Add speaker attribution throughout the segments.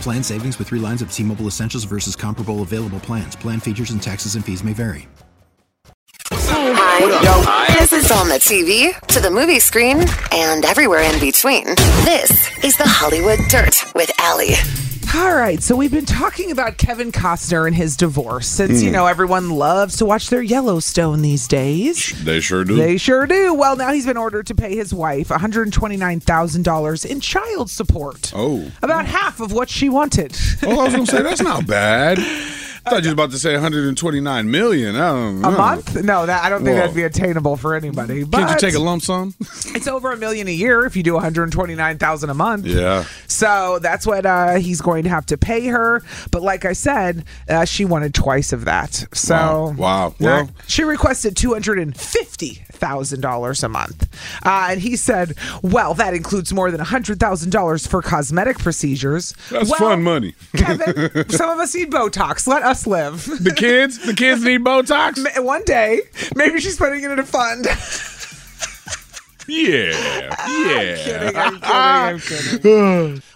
Speaker 1: Plan savings with three lines of T Mobile Essentials versus comparable available plans. Plan features and taxes and fees may vary.
Speaker 2: Hi. This is on the TV, to the movie screen, and everywhere in between. This is the Hollywood Dirt with Allie.
Speaker 3: All right, so we've been talking about Kevin Costner and his divorce since,
Speaker 4: Hmm.
Speaker 3: you know, everyone loves to watch their Yellowstone these days.
Speaker 4: They sure do.
Speaker 3: They sure do. Well, now he's been ordered to pay his wife $129,000 in child support.
Speaker 4: oh.
Speaker 3: About half of what she wanted.
Speaker 4: Oh, I was gonna say that's not bad. I thought you was about to say 129 million. I don't know.
Speaker 3: A month? No, that I don't think
Speaker 4: Whoa.
Speaker 3: that'd be attainable for anybody. But
Speaker 4: Can't you take a lump sum?
Speaker 3: it's over a million a year if you do 129,000 a month.
Speaker 4: yeah.
Speaker 3: So that's what uh, he's going to have to pay her. But like I said, uh, she wanted twice of that. So
Speaker 4: Wow. Wow.
Speaker 3: Nah.
Speaker 4: Well-
Speaker 3: she requested two hundred and fifty thousand dollars a month, uh, and he said, "Well, that includes more than hundred thousand dollars for cosmetic procedures."
Speaker 4: That's
Speaker 3: Well,
Speaker 4: fun money.
Speaker 3: Kevin, some of us need Botox. Let us live.
Speaker 4: The kids, the kids need Botox.
Speaker 3: One day, maybe she's putting it in a fund.
Speaker 4: Yeah, yeah.
Speaker 3: kidding, I'm kidding, I'm kidding.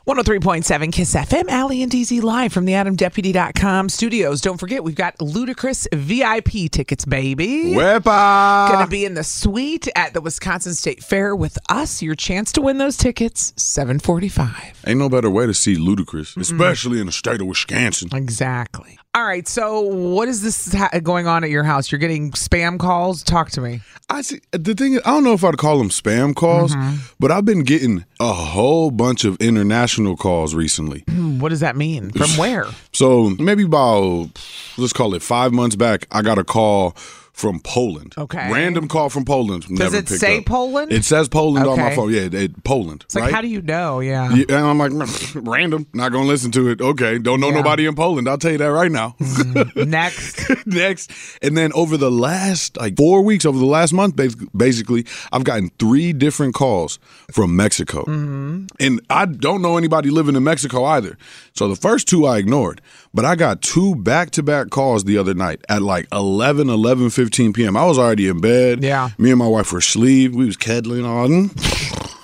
Speaker 3: 103.7 Kiss FM, Allie and DZ live from the AdamDeputy.com studios. Don't forget, we've got ludicrous VIP tickets, baby. Gonna
Speaker 4: Wepa.
Speaker 3: be in the suite at the Wisconsin State Fair with us. Your chance to win those tickets, 745.
Speaker 4: Ain't no better way to see Ludacris, especially in the state of Wisconsin.
Speaker 3: Exactly. All right, so what is this ha- going on at your house? You're getting spam calls? Talk to me.
Speaker 4: I see. The thing is, I don't know if I'd call them spam calls,
Speaker 3: Mm-hmm.
Speaker 4: but I've been getting a whole bunch of international calls recently.
Speaker 3: Um, What does that mean? From where?
Speaker 4: So maybe about let's call it five months back, I got a call from Poland.
Speaker 3: Okay.
Speaker 4: Random call from Poland. Does
Speaker 3: it say Poland?
Speaker 4: It says Poland on my
Speaker 3: Okay.
Speaker 4: phone. Yeah, it, Poland.
Speaker 3: It's like,
Speaker 4: right?
Speaker 3: how do you uh, know? Yeah.
Speaker 4: Yeah, and I'm like, "Mm, random. Not gonna listen to it. Okay, don't know nobody in Poland. I'll tell you that right now.
Speaker 3: Mm, Next.
Speaker 4: Next, and then over the last like four weeks, over the last month, bas- basically, I've gotten three different calls from Mexico,
Speaker 3: Mm-hmm.
Speaker 4: Mm-hmm. and I don't know anybody living in Mexico either. So the first two I ignored, but I got two back-to-back calls the other night at like 11, 11, 15 p.m. I was already in bed.
Speaker 3: Yeah.
Speaker 4: me and my wife were asleep. We was cuddling on.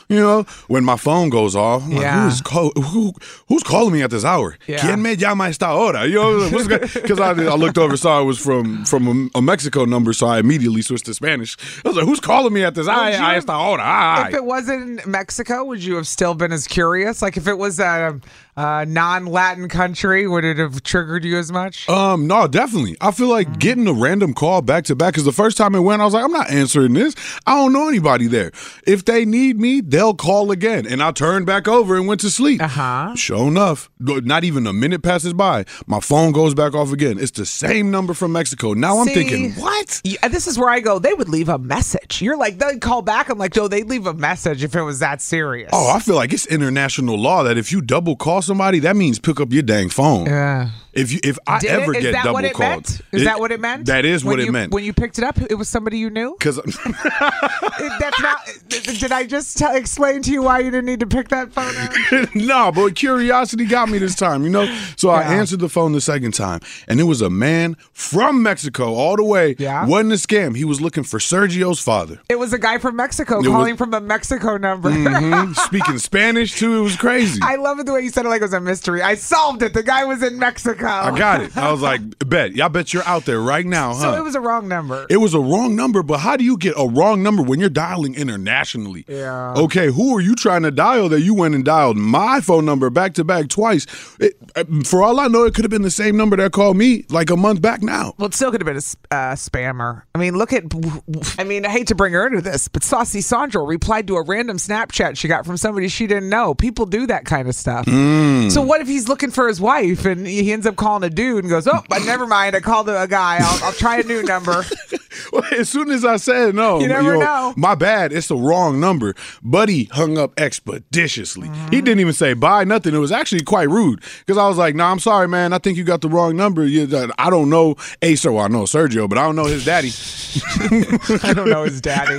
Speaker 4: You know, when my phone goes off, I'm like,
Speaker 3: Yeah.
Speaker 4: who is call- who, who's calling me at this hour?
Speaker 3: Yeah.
Speaker 4: ¿Quién me llama a esta hora? You know, because I, I looked over, saw it was from from a, a Mexico number, so I immediately switched to Spanish. I was like, who's calling me at this hour?
Speaker 3: you-
Speaker 4: A esta hora? Ay.
Speaker 3: If it wasn't Mexico, would you have still been as curious? Like if it was a, a non-Latin country, would it have triggered you as much?
Speaker 4: Um, no, definitely. I feel
Speaker 3: Mm-hmm.
Speaker 4: like getting a random call back to back because the first time it went, I was like, I'm not answering this. I don't know anybody there. If they need me, they'll call again. And I turned back over and went to sleep. Uh
Speaker 3: Uh-huh.
Speaker 4: huh. Sure enough, th- not even a minute passes by. My phone goes back off again. It's the same number from Mexico. Now I'm
Speaker 3: See?
Speaker 4: thinking, what?
Speaker 3: Yeah, this is where I go. They would leave a message. You're like they'd call back. I'm like, no, they'd leave a message if it was that serious.
Speaker 4: Oh, I feel like it's international law that if you double call somebody, that means pick up your dang phone.
Speaker 3: yeah.
Speaker 4: If you if I
Speaker 3: Did
Speaker 4: ever
Speaker 3: it, is
Speaker 4: get
Speaker 3: that
Speaker 4: double
Speaker 3: what it
Speaker 4: called,
Speaker 3: meant? Is that what it meant?
Speaker 4: That is
Speaker 3: When
Speaker 4: what
Speaker 3: you-
Speaker 4: it meant.
Speaker 3: When you picked it up, it was somebody you knew.
Speaker 4: Because
Speaker 3: It- That's not. did I just tell explain to you why you didn't need to pick that phone up?
Speaker 4: no, but curiosity got me this time, you know? So I
Speaker 3: Yeah.
Speaker 4: answered the phone the second time, and it was a man from Mexico all the way.
Speaker 3: Yeah.
Speaker 4: Wasn't a scam. He was looking for Sergio's father.
Speaker 3: It was a guy from Mexico
Speaker 4: was-
Speaker 3: calling from a Mexico number.
Speaker 4: Mhm. Speaking Spanish, too. It was crazy.
Speaker 3: I love it the way you said it like it was a mystery. I solved it. The guy was in Mexico. Mexico.
Speaker 4: I got it. Uh-huh. I was like, bet. Y'all bet you're out there right now, huh?
Speaker 3: So it was a wrong number.
Speaker 4: It was a wrong number, but how do you get a wrong number when you're dialing internationally?
Speaker 3: Yeah.
Speaker 4: Okay, who are you trying to dial that you went and dialed my phone number back to back twice? It, uh, for all I know, it could have been the same number that called me like a month back now.
Speaker 3: Well, it still could have been a s- uh, spammer. I mean, look at. I mean, I hate to bring her into this, but Saucy Sandra replied to a random Snapchat she got from somebody she didn't know. People do that kind of stuff.
Speaker 4: Mm.
Speaker 3: So what if he's looking for his wife and he ends up calling a dude and goes, "Oh, but never mind. I called a guy. I'll, I'll try a new number."
Speaker 4: as soon as I said no,
Speaker 3: You never know.
Speaker 4: my bad, it's the wrong number. Buddy hung up expeditiously.
Speaker 3: Mm-hmm.
Speaker 4: He didn't even say bye, nothing. It was actually quite rude because I was like, nah, I'm sorry, man. I think you got the wrong number. You, uh, I don't know Acer. Well, I know Sergio, but I don't know his daddy.
Speaker 3: I don't know his daddy.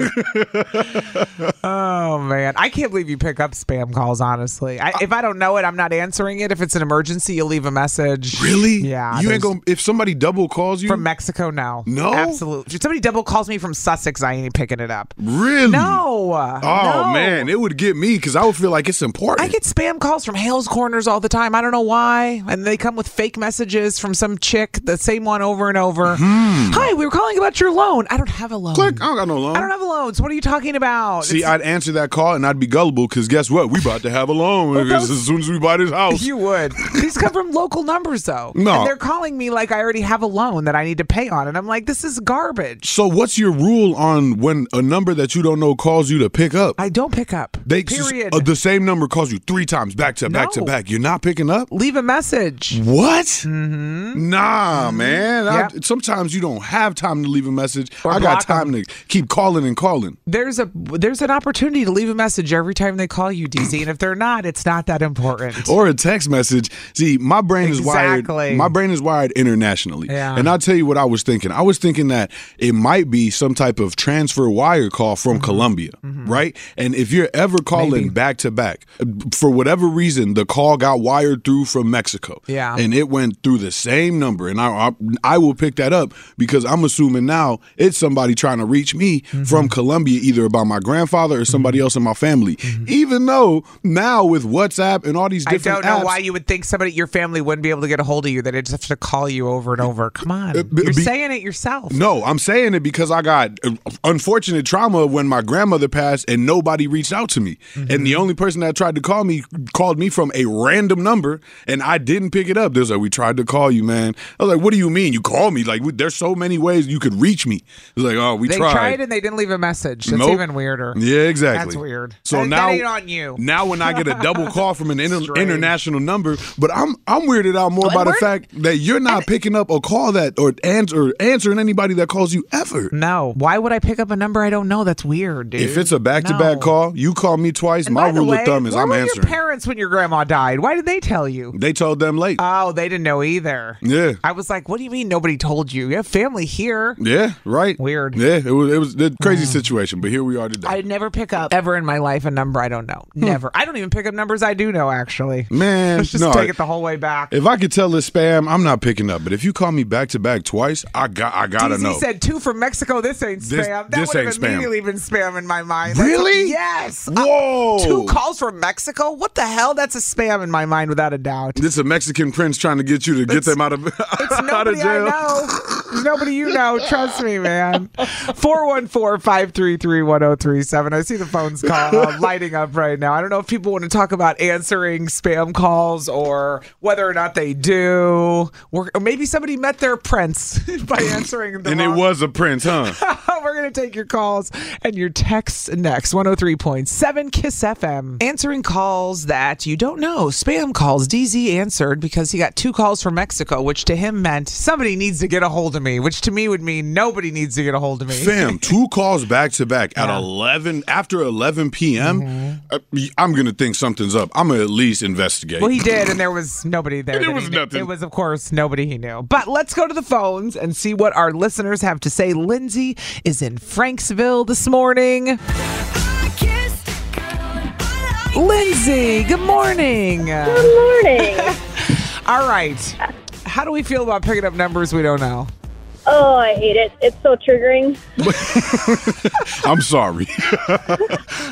Speaker 3: oh man, I can't believe you pick up spam calls. Honestly, I, if I don't know it, I'm not answering it. If it's an emergency, you leave a message.
Speaker 4: Really?
Speaker 3: Yeah.
Speaker 4: You ain't
Speaker 3: there's-
Speaker 4: gonna if somebody double calls you
Speaker 3: from Mexico. No,
Speaker 4: No?
Speaker 3: absolutely. If somebody double calls me from Sussex, I ain't picking it up.
Speaker 4: Really?
Speaker 3: No.
Speaker 4: Oh
Speaker 3: No.
Speaker 4: man, it would get me because I would feel like it's
Speaker 3: I
Speaker 4: important.
Speaker 3: get spam calls from Hales Corners all the time. I don't know why. And they come with fake messages from some chick, the same one over and over. Hi, we were calling about your loan. I don't have a loan.
Speaker 4: Hmm. Click. I don't got no loan.
Speaker 3: I don't have a loan. So what are you talking about?
Speaker 4: See,
Speaker 3: Oh, It's-
Speaker 4: I'd answer that call and I'd be gullible because guess what? We about to have a loan
Speaker 3: those-
Speaker 4: as soon as we buy this house.
Speaker 3: you would. These come from local numbers, though.
Speaker 4: Oh. No.
Speaker 3: And they're calling me like I already have a loan that I need to pay on. And I'm like, this is garbage.
Speaker 4: so, what's your rule on when a number that you don't know calls you to pick up?
Speaker 3: I don't pick up.
Speaker 4: They
Speaker 3: period.
Speaker 4: uh, the same number calls you three times back to back to
Speaker 3: No.
Speaker 4: back. You're not picking up.
Speaker 3: leave a message. Mm-hmm.
Speaker 4: What? Nah, man. I-
Speaker 3: Yep.
Speaker 4: sometimes you don't have time to leave a message.
Speaker 3: Or
Speaker 4: I got
Speaker 3: block
Speaker 4: time
Speaker 3: 'em.
Speaker 4: to keep calling and calling.
Speaker 3: There's a there's an opportunity to leave a message every time they call you, DZ. And if they're not, it's not that important.
Speaker 4: or a text message. See, my brain is
Speaker 3: Exactly.
Speaker 4: wired. My brain is wired internationally.
Speaker 3: Yeah.
Speaker 4: And I'll tell you what I was thinking. I was thinking that it might be some type of transfer wire call from
Speaker 3: Mm-hmm.
Speaker 4: Colombia, right? And if you're ever calling back to back, for whatever reason, the call got wired through from Mexico.
Speaker 3: Yeah.
Speaker 4: And it went through the same number. And I, I, I will pick that up because I'm assuming now it's somebody trying to reach me
Speaker 3: Mm-hmm.
Speaker 4: from Colombia, either by my grandfather or somebody else in my family. Even though now with WhatsApp and all these
Speaker 3: Mm-hmm. I
Speaker 4: different
Speaker 3: don't know
Speaker 4: apps-
Speaker 3: why you would think somebody your family wouldn't be able to get a hold of you. That they just have to call you over and over. Come on,
Speaker 4: Uh, b-
Speaker 3: you're
Speaker 4: be-
Speaker 3: saying it yourself.
Speaker 4: No, I'm saying it because I got uh, unfortunate trauma when my grandmother passed and nobody reached out to me.
Speaker 3: Mm-hmm.
Speaker 4: And the only person that tried to call me called me from a random number and I didn't pick it up. They was like, We tried to call you, man. I was like, What do you mean? You call me? Like, we, there's so many ways you could reach me. It's like, Oh, we
Speaker 3: they tried.
Speaker 4: tried.
Speaker 3: and they didn't leave a message. That's
Speaker 4: Nope.
Speaker 3: even weirder.
Speaker 4: Yeah, exactly.
Speaker 3: That's weird.
Speaker 4: So
Speaker 3: That- that
Speaker 4: now
Speaker 3: ain't on you.
Speaker 4: Now when I get a double call from an inter-
Speaker 3: Strange.
Speaker 4: international number, but I'm I'm weirded out more
Speaker 3: Well,
Speaker 4: by
Speaker 3: and
Speaker 4: the
Speaker 3: we're-
Speaker 4: fact that you're not picking up a call that or answer answering anybody that calls you ever.
Speaker 3: No, why would I pick up a number I don't know? That's weird, dude.
Speaker 4: If it's a back to back
Speaker 3: No.
Speaker 4: call, you call me twice.
Speaker 3: And
Speaker 4: my
Speaker 3: by the
Speaker 4: rule
Speaker 3: way,
Speaker 4: of thumb is
Speaker 3: where
Speaker 4: I'm
Speaker 3: were Your
Speaker 4: answering.
Speaker 3: parents when your grandma died. Why did they tell you?
Speaker 4: They told them late.
Speaker 3: Oh, they didn't know either.
Speaker 4: Yeah.
Speaker 3: I was like, what do you mean nobody told you? You have family here.
Speaker 4: yeah, right.
Speaker 3: Weird. Mm.
Speaker 4: Yeah, it was it was a crazy situation, but here we are today.
Speaker 3: I never pick up ever in my life a number I don't know. Never. I don't even pick up numbers I do know. Actually,
Speaker 4: Man,
Speaker 3: let's just
Speaker 4: no,
Speaker 3: take
Speaker 4: I-
Speaker 3: it the whole way back.
Speaker 4: if I could tell this spam, I'm not picking up. But if you call me back to back twice, I got I gotta
Speaker 3: DZ
Speaker 4: know.
Speaker 3: said two from Mexico. This ain't spam.
Speaker 4: This-
Speaker 3: that
Speaker 4: this
Speaker 3: would have
Speaker 4: ain't spam.
Speaker 3: immediately been spam in my mind. That's-
Speaker 4: Really?
Speaker 3: yes. Uh,
Speaker 4: Whoa.
Speaker 3: two calls from Mexico. What the hell? That's a spam in my mind, without a doubt.
Speaker 4: This is a Mexican prince trying to get you to get them out of
Speaker 3: It's
Speaker 4: out of
Speaker 3: nobody I
Speaker 4: jail.
Speaker 3: know. There's nobody you know. Trust me, man. 414-533-1037. I see the phones call, uh, lighting up right now. I don't know if people want to talk about answering spam calls or whether or not they do. Or, or maybe somebody met their prince by answering the
Speaker 4: And it
Speaker 3: wrong-
Speaker 4: was a prince, huh?
Speaker 3: We're going to take your calls and your texts next. 103.7 Kiss FM. Answering calls that you don't know. Spam calls. DZ answered because he got two calls from Mexico, which to him meant somebody needs to get a hold of me, which to me would mean nobody needs to get a hold of me.
Speaker 4: Fam, two calls back to back at 11 after 11 p.m.
Speaker 3: Mm-hmm.
Speaker 4: uh, I'm going to think something's up. I'm going to at least investigate.
Speaker 3: Well, he did, and there was nobody there.
Speaker 4: And it
Speaker 3: that he
Speaker 4: was
Speaker 3: knew.
Speaker 4: nothing.
Speaker 3: It was, of course, nobody he knew. But let's go to the phones and see what our listeners have to say. Lindsay is in Franksville this morning. Lindsay, good morning. All
Speaker 5: morning.
Speaker 3: right. How do we feel about picking up numbers we don't know?
Speaker 5: Oh, I hate it. It's so triggering.
Speaker 4: I'm sorry.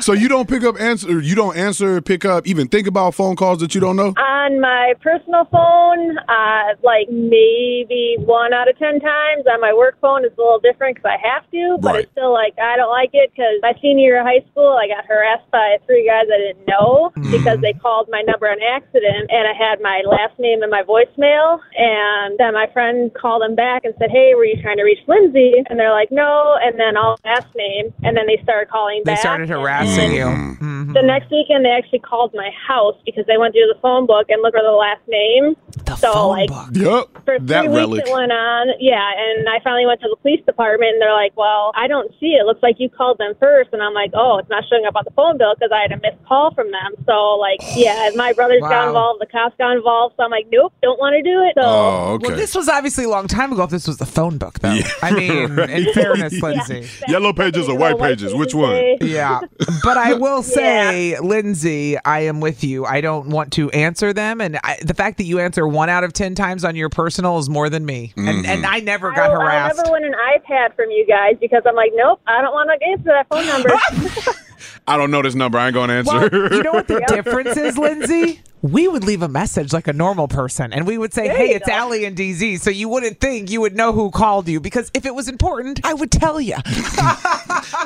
Speaker 4: so you don't pick up answer you don't answer pick up even think about phone calls that you don't know?
Speaker 5: I on my personal phone, uh, like maybe one out of ten times. On my work phone, it's a little different because I have to, but
Speaker 4: Right.
Speaker 5: it's still like I don't like it because my senior year of high school, I got harassed by three guys I didn't know because they called my number on accident, and I had my last name in my voicemail, and then my friend called them back and said, "Hey, were you trying to reach Lindsay?" And they're like, "No," and then all last name, and then they started calling
Speaker 3: They
Speaker 5: back.
Speaker 3: started
Speaker 5: and-
Speaker 3: harassing you.
Speaker 4: Mm.
Speaker 3: Mm-hmm.
Speaker 5: the
Speaker 3: Hmm.
Speaker 5: next weekend, they actually called my house because they went through the phone book and looked for the last name.
Speaker 3: The
Speaker 5: So,
Speaker 3: phone
Speaker 5: like,
Speaker 3: book.
Speaker 4: Yep.
Speaker 5: For
Speaker 4: That
Speaker 5: three
Speaker 4: relic.
Speaker 5: weeks it went on, yeah. And I finally went to the police department, and they're like, "Well, I don't see it. Looks like you called them first. And I'm like, "Oh, it's not showing up on the phone bill because I had a missed call from them." So, like, yeah, and my brothers
Speaker 3: Wow.
Speaker 5: got involved, the cops got involved. So I'm like, "Nope, don't want to do it." So
Speaker 4: Oh, okay.
Speaker 3: Well, this was obviously a long time ago. If this was the phone book, though, I mean, in fairness, Lindsay.
Speaker 4: Yellow pages or white pages? Which one?
Speaker 3: Yeah. But I will say, Lindsay, I am with you. I don't want to answer them. And I, the fact that you answer one out of 10 times on your personal is more than me. And,
Speaker 4: Mm-hmm.
Speaker 3: and I never got
Speaker 5: I, I
Speaker 3: harassed.
Speaker 5: never win an iPad from you guys because I'm like, "Nope, I don't want to answer that phone number."
Speaker 4: I don't know this number. I ain't gonna answer.
Speaker 3: Well, you know what the difference is, Lindsay? We would leave a message like a normal person and we would say, Hey, it's Allie and DZ. So you wouldn't think you would know who called you because if it was important, I would tell you.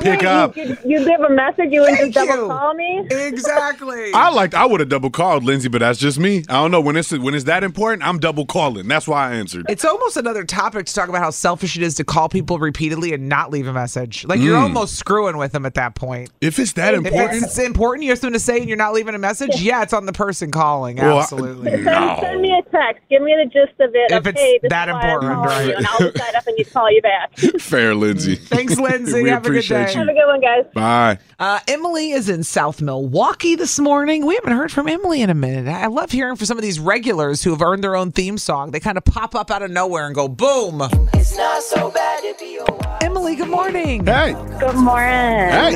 Speaker 4: Pick up.
Speaker 5: you, you give a message, you wouldn't just
Speaker 3: Thank
Speaker 5: double
Speaker 3: you.
Speaker 5: call me.
Speaker 3: exactly.
Speaker 4: I liked. I would have double called Lindsay, but that's just me. I don't know when it's when it's that important. I'm double calling. That's why I answered.
Speaker 3: It's almost another topic to talk about how selfish it is to call people repeatedly and not leave a message. Like
Speaker 4: Mm.
Speaker 3: you're almost screwing with them at that point.
Speaker 4: If it's that
Speaker 3: If
Speaker 4: important,
Speaker 3: it's important, you have something to say, and you're not leaving a message. Yeah, it's on the person calling.
Speaker 4: Well, I-
Speaker 3: Absolutely.
Speaker 5: Send,
Speaker 4: No.
Speaker 5: send me a text. Give me the gist of it.
Speaker 3: If
Speaker 5: okay,
Speaker 3: it's
Speaker 5: this
Speaker 3: that
Speaker 5: is why I'm
Speaker 3: important,
Speaker 5: calling
Speaker 3: right.
Speaker 5: You, and I'll decide up and you call you back. Have
Speaker 4: fair, Lindsay.
Speaker 3: Thanks, Lindsay.
Speaker 4: we
Speaker 3: Have a good
Speaker 4: appreciate
Speaker 3: day.
Speaker 4: you.
Speaker 5: a good one, guys.
Speaker 4: Bye.
Speaker 3: Uh, Emily is in South Milwaukee this morning. We haven't heard from Emily in a minute. I I love hearing from some of these regulars who have earned their own theme song. They kind of pop up out of nowhere and go boom. Emily, good morning.
Speaker 4: Hey,
Speaker 5: Good morning.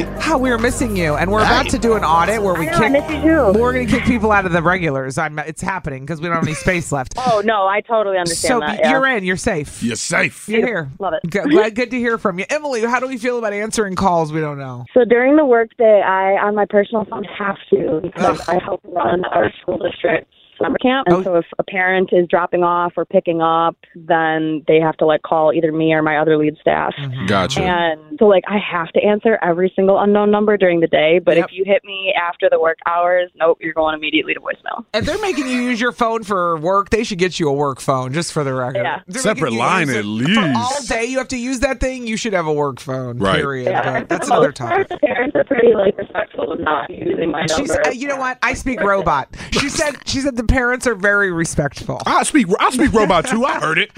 Speaker 4: hey.
Speaker 3: How we are missing you, and we're about to do an audit where we
Speaker 5: know, I
Speaker 3: kick.
Speaker 5: miss you too.
Speaker 3: We're gonna kick people out of the regulars. I'm. It's happening because we don't have any space left.
Speaker 5: Oh no, I totally understand
Speaker 3: so
Speaker 5: that.
Speaker 3: be-
Speaker 5: yeah.
Speaker 3: you're in. You're safe.
Speaker 4: You're safe.
Speaker 3: You're here.
Speaker 5: Love it.
Speaker 3: Good, glad- good to hear from you, Emily. How do we feel about answering calls? We don't know.
Speaker 5: So during the workday, I on my personal phone have to because I help run our school district summer camp, and
Speaker 3: Oh.
Speaker 5: so if a parent is dropping off or picking up, then they have to like call either me or my other lead staff.
Speaker 3: Mm-hmm.
Speaker 4: Gotcha.
Speaker 5: And so, like, I have to answer every single unknown number during the day. But
Speaker 3: Yep.
Speaker 5: if you hit me after the work hours, nope, you're going immediately to voicemail.
Speaker 3: If they're making you use your phone for work, they should get you a work phone, just for the record.
Speaker 5: Yeah.
Speaker 3: They're
Speaker 4: Separate
Speaker 3: making you
Speaker 4: line
Speaker 3: use
Speaker 4: at
Speaker 3: it For all
Speaker 4: least.
Speaker 3: day you have to use that thing, you should have a work phone,
Speaker 4: Right.
Speaker 3: period. But that's
Speaker 5: For the
Speaker 3: another
Speaker 5: most part,
Speaker 3: topic.
Speaker 5: The parents are pretty like respectful of not using my
Speaker 3: She's,
Speaker 5: number.
Speaker 3: uh, you know what? I speak robot. She said. She said the parents are very respectful.
Speaker 4: I speak. I speak robot too. I heard it.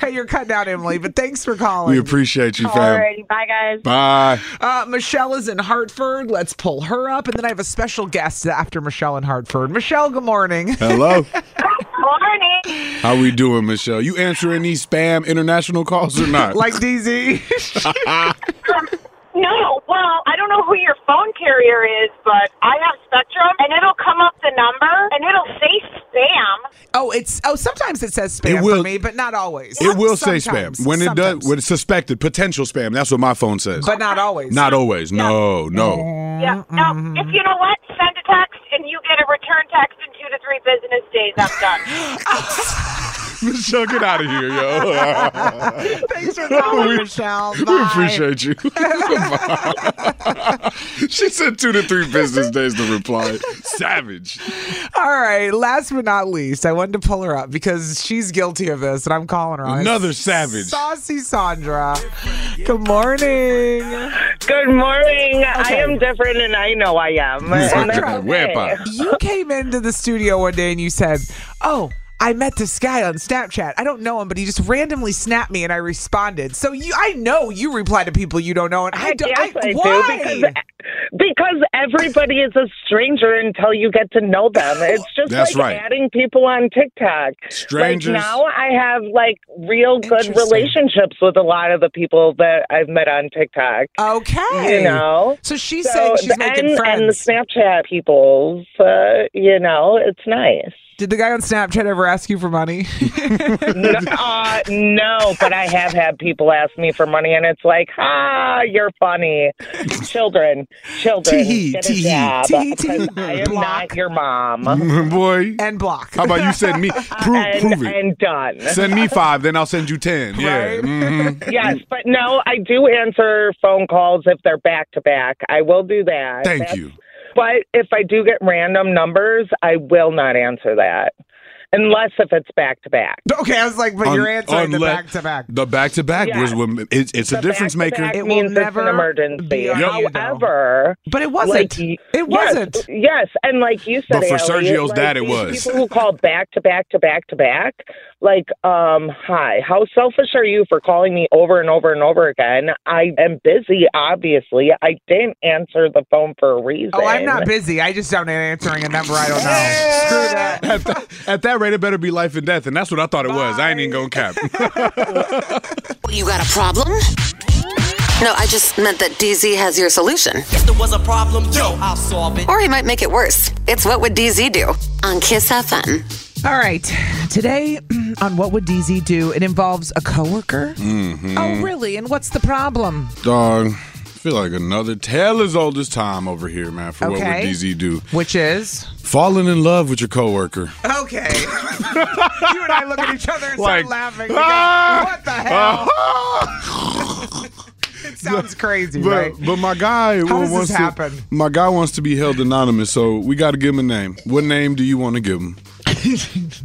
Speaker 3: hey, you're cutting out Emily, but thanks for calling.
Speaker 4: we appreciate you, fam.
Speaker 5: Alrighty, bye guys.
Speaker 4: Bye.
Speaker 3: Uh, Michelle is in Hartford. Let's pull her up, and then I have a special guest after Michelle in Hartford. Michelle, good morning.
Speaker 4: Hello.
Speaker 5: Morning.
Speaker 4: How we doing, Michelle? You answering these spam international calls or not?
Speaker 3: like DZ.
Speaker 6: No, well, I don't know who your phone carrier is, but I have Spectrum, and it'll come up the number, and it'll say spam.
Speaker 3: oh, it's oh. Sometimes it says spam
Speaker 4: It will-
Speaker 3: for me, but not always.
Speaker 4: it will say
Speaker 3: Sometimes.
Speaker 4: spam when it
Speaker 3: Sometimes.
Speaker 4: does. When it's suspected potential spam. That's what my phone says.
Speaker 3: but not always.
Speaker 4: not always. No, no.
Speaker 6: Yeah. No, if you know what, send a text, and you get a return text in two to three business days. I'm done.
Speaker 4: Michelle, get out of here, yo.
Speaker 3: Thanks for calling,
Speaker 4: We-
Speaker 3: Michelle.
Speaker 4: We
Speaker 3: Bye.
Speaker 4: appreciate you. she said two to three business days to reply. Savage.
Speaker 3: All right. Last but not least, I wanted to pull her up because she's guilty of this, and I'm calling her. on it.
Speaker 4: Another savage.
Speaker 3: Saucy Sandra. Good morning.
Speaker 7: Good morning. I
Speaker 3: Okay.
Speaker 7: am different, and I know I am. And that's okay.
Speaker 4: Wepa.
Speaker 3: You came into the studio one day and you said, "Oh." I met this guy on Snapchat. I don't know him, but he just randomly snapped me, and I responded. So you, I know you reply to people you don't know, and I don't.
Speaker 7: Yes, I do
Speaker 3: why?
Speaker 7: because, because everybody is a stranger until you get to know them. It's just
Speaker 4: That's
Speaker 7: like
Speaker 4: right.
Speaker 7: adding people on TikTok.
Speaker 4: Strangers.
Speaker 7: Like now I have like real good
Speaker 3: Interesting.
Speaker 7: relationships with a lot of the people that I've met on TikTok.
Speaker 3: Okay.
Speaker 7: You know?
Speaker 3: So she's saying she's
Speaker 7: the-
Speaker 3: making
Speaker 7: and,
Speaker 3: friends.
Speaker 7: and the Snapchat people's, uh, you know, it's nice.
Speaker 3: Did the guy on Snapchat ever ask you for money?
Speaker 7: no, uh, no, but I have had people ask me for money, and it's like, ah, you're funny. Children, children,
Speaker 4: Tee-hee,
Speaker 7: get
Speaker 4: tee-hee,
Speaker 7: a job.
Speaker 3: tee-hee,
Speaker 7: 'cause I am
Speaker 3: Block.
Speaker 7: not your mom.
Speaker 4: Boy,
Speaker 3: and block.
Speaker 4: how about you send me? Prove, prove
Speaker 7: And,
Speaker 4: it.
Speaker 7: and done.
Speaker 4: send me five, then I'll send you ten. Yeah.
Speaker 3: Right?
Speaker 4: mhm.
Speaker 7: Yes, but no, I do answer phone calls if they're back to back. I will do that.
Speaker 4: Thank
Speaker 7: That's-
Speaker 4: you.
Speaker 7: But if I do get random numbers, I will not answer that. Unless if it's back to back.
Speaker 3: Okay, I was like, but you're
Speaker 4: Un-
Speaker 3: answering the
Speaker 4: unless-
Speaker 3: back to back.
Speaker 4: The back to back
Speaker 7: Yeah.
Speaker 4: was when it's, it's a
Speaker 7: The
Speaker 4: difference maker.
Speaker 7: back-to-back
Speaker 3: It will
Speaker 7: means it's an
Speaker 3: never be
Speaker 7: emergency.
Speaker 3: on you, though.
Speaker 7: However,
Speaker 3: But it wasn't.
Speaker 7: Like,
Speaker 3: it wasn't.
Speaker 7: Yes, yes, and like you said,
Speaker 4: But for
Speaker 7: Allie,
Speaker 4: Sergio's
Speaker 7: like,
Speaker 4: dad, it
Speaker 7: these
Speaker 4: was.
Speaker 7: people who call back to back to back to back. Like, um, hi, how selfish are you for calling me over and over and over again? I am busy, obviously. I didn't answer the phone for a reason.
Speaker 3: Oh, I'm not busy. I just don't answering a number I don't know. Screw that.
Speaker 4: At, that at that rate, it better be life and death, and that's what I thought it was. I ain't even gonna cap.
Speaker 2: You got a problem? No, I just meant that DZ has your solution.
Speaker 8: If there was a problem, yo, I'll solve it.
Speaker 2: Or he might make it worse. It's What Would DZ Do? on Kiss FM.
Speaker 3: All right. Today on What Would DZ Do? It involves a coworker.
Speaker 4: Mm.
Speaker 3: Oh, really? And what's the problem?
Speaker 4: Mm-hmm. Dog, I feel like another tale is old as time over here, man. For what
Speaker 3: Okay.
Speaker 4: would DZ do?
Speaker 3: Which is?
Speaker 4: Falling in love with your coworker.
Speaker 3: Okay. you and I look at each other and
Speaker 4: Like,
Speaker 3: start laughing. We
Speaker 4: "Ah!"
Speaker 3: go, what the hell? it sounds crazy,
Speaker 4: But,
Speaker 3: right?
Speaker 4: but my guy
Speaker 3: How does
Speaker 4: wants
Speaker 3: this
Speaker 4: to,
Speaker 3: happen?
Speaker 4: My guy wants to be held anonymous, so we got to give him a name. What name do you want to give him?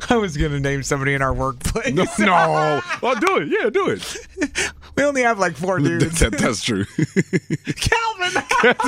Speaker 3: I was going to name somebody in our workplace.
Speaker 4: No, no. Well, do it. Yeah, do it.
Speaker 3: We only have like four dudes.
Speaker 4: That- that's true.
Speaker 3: Calvin!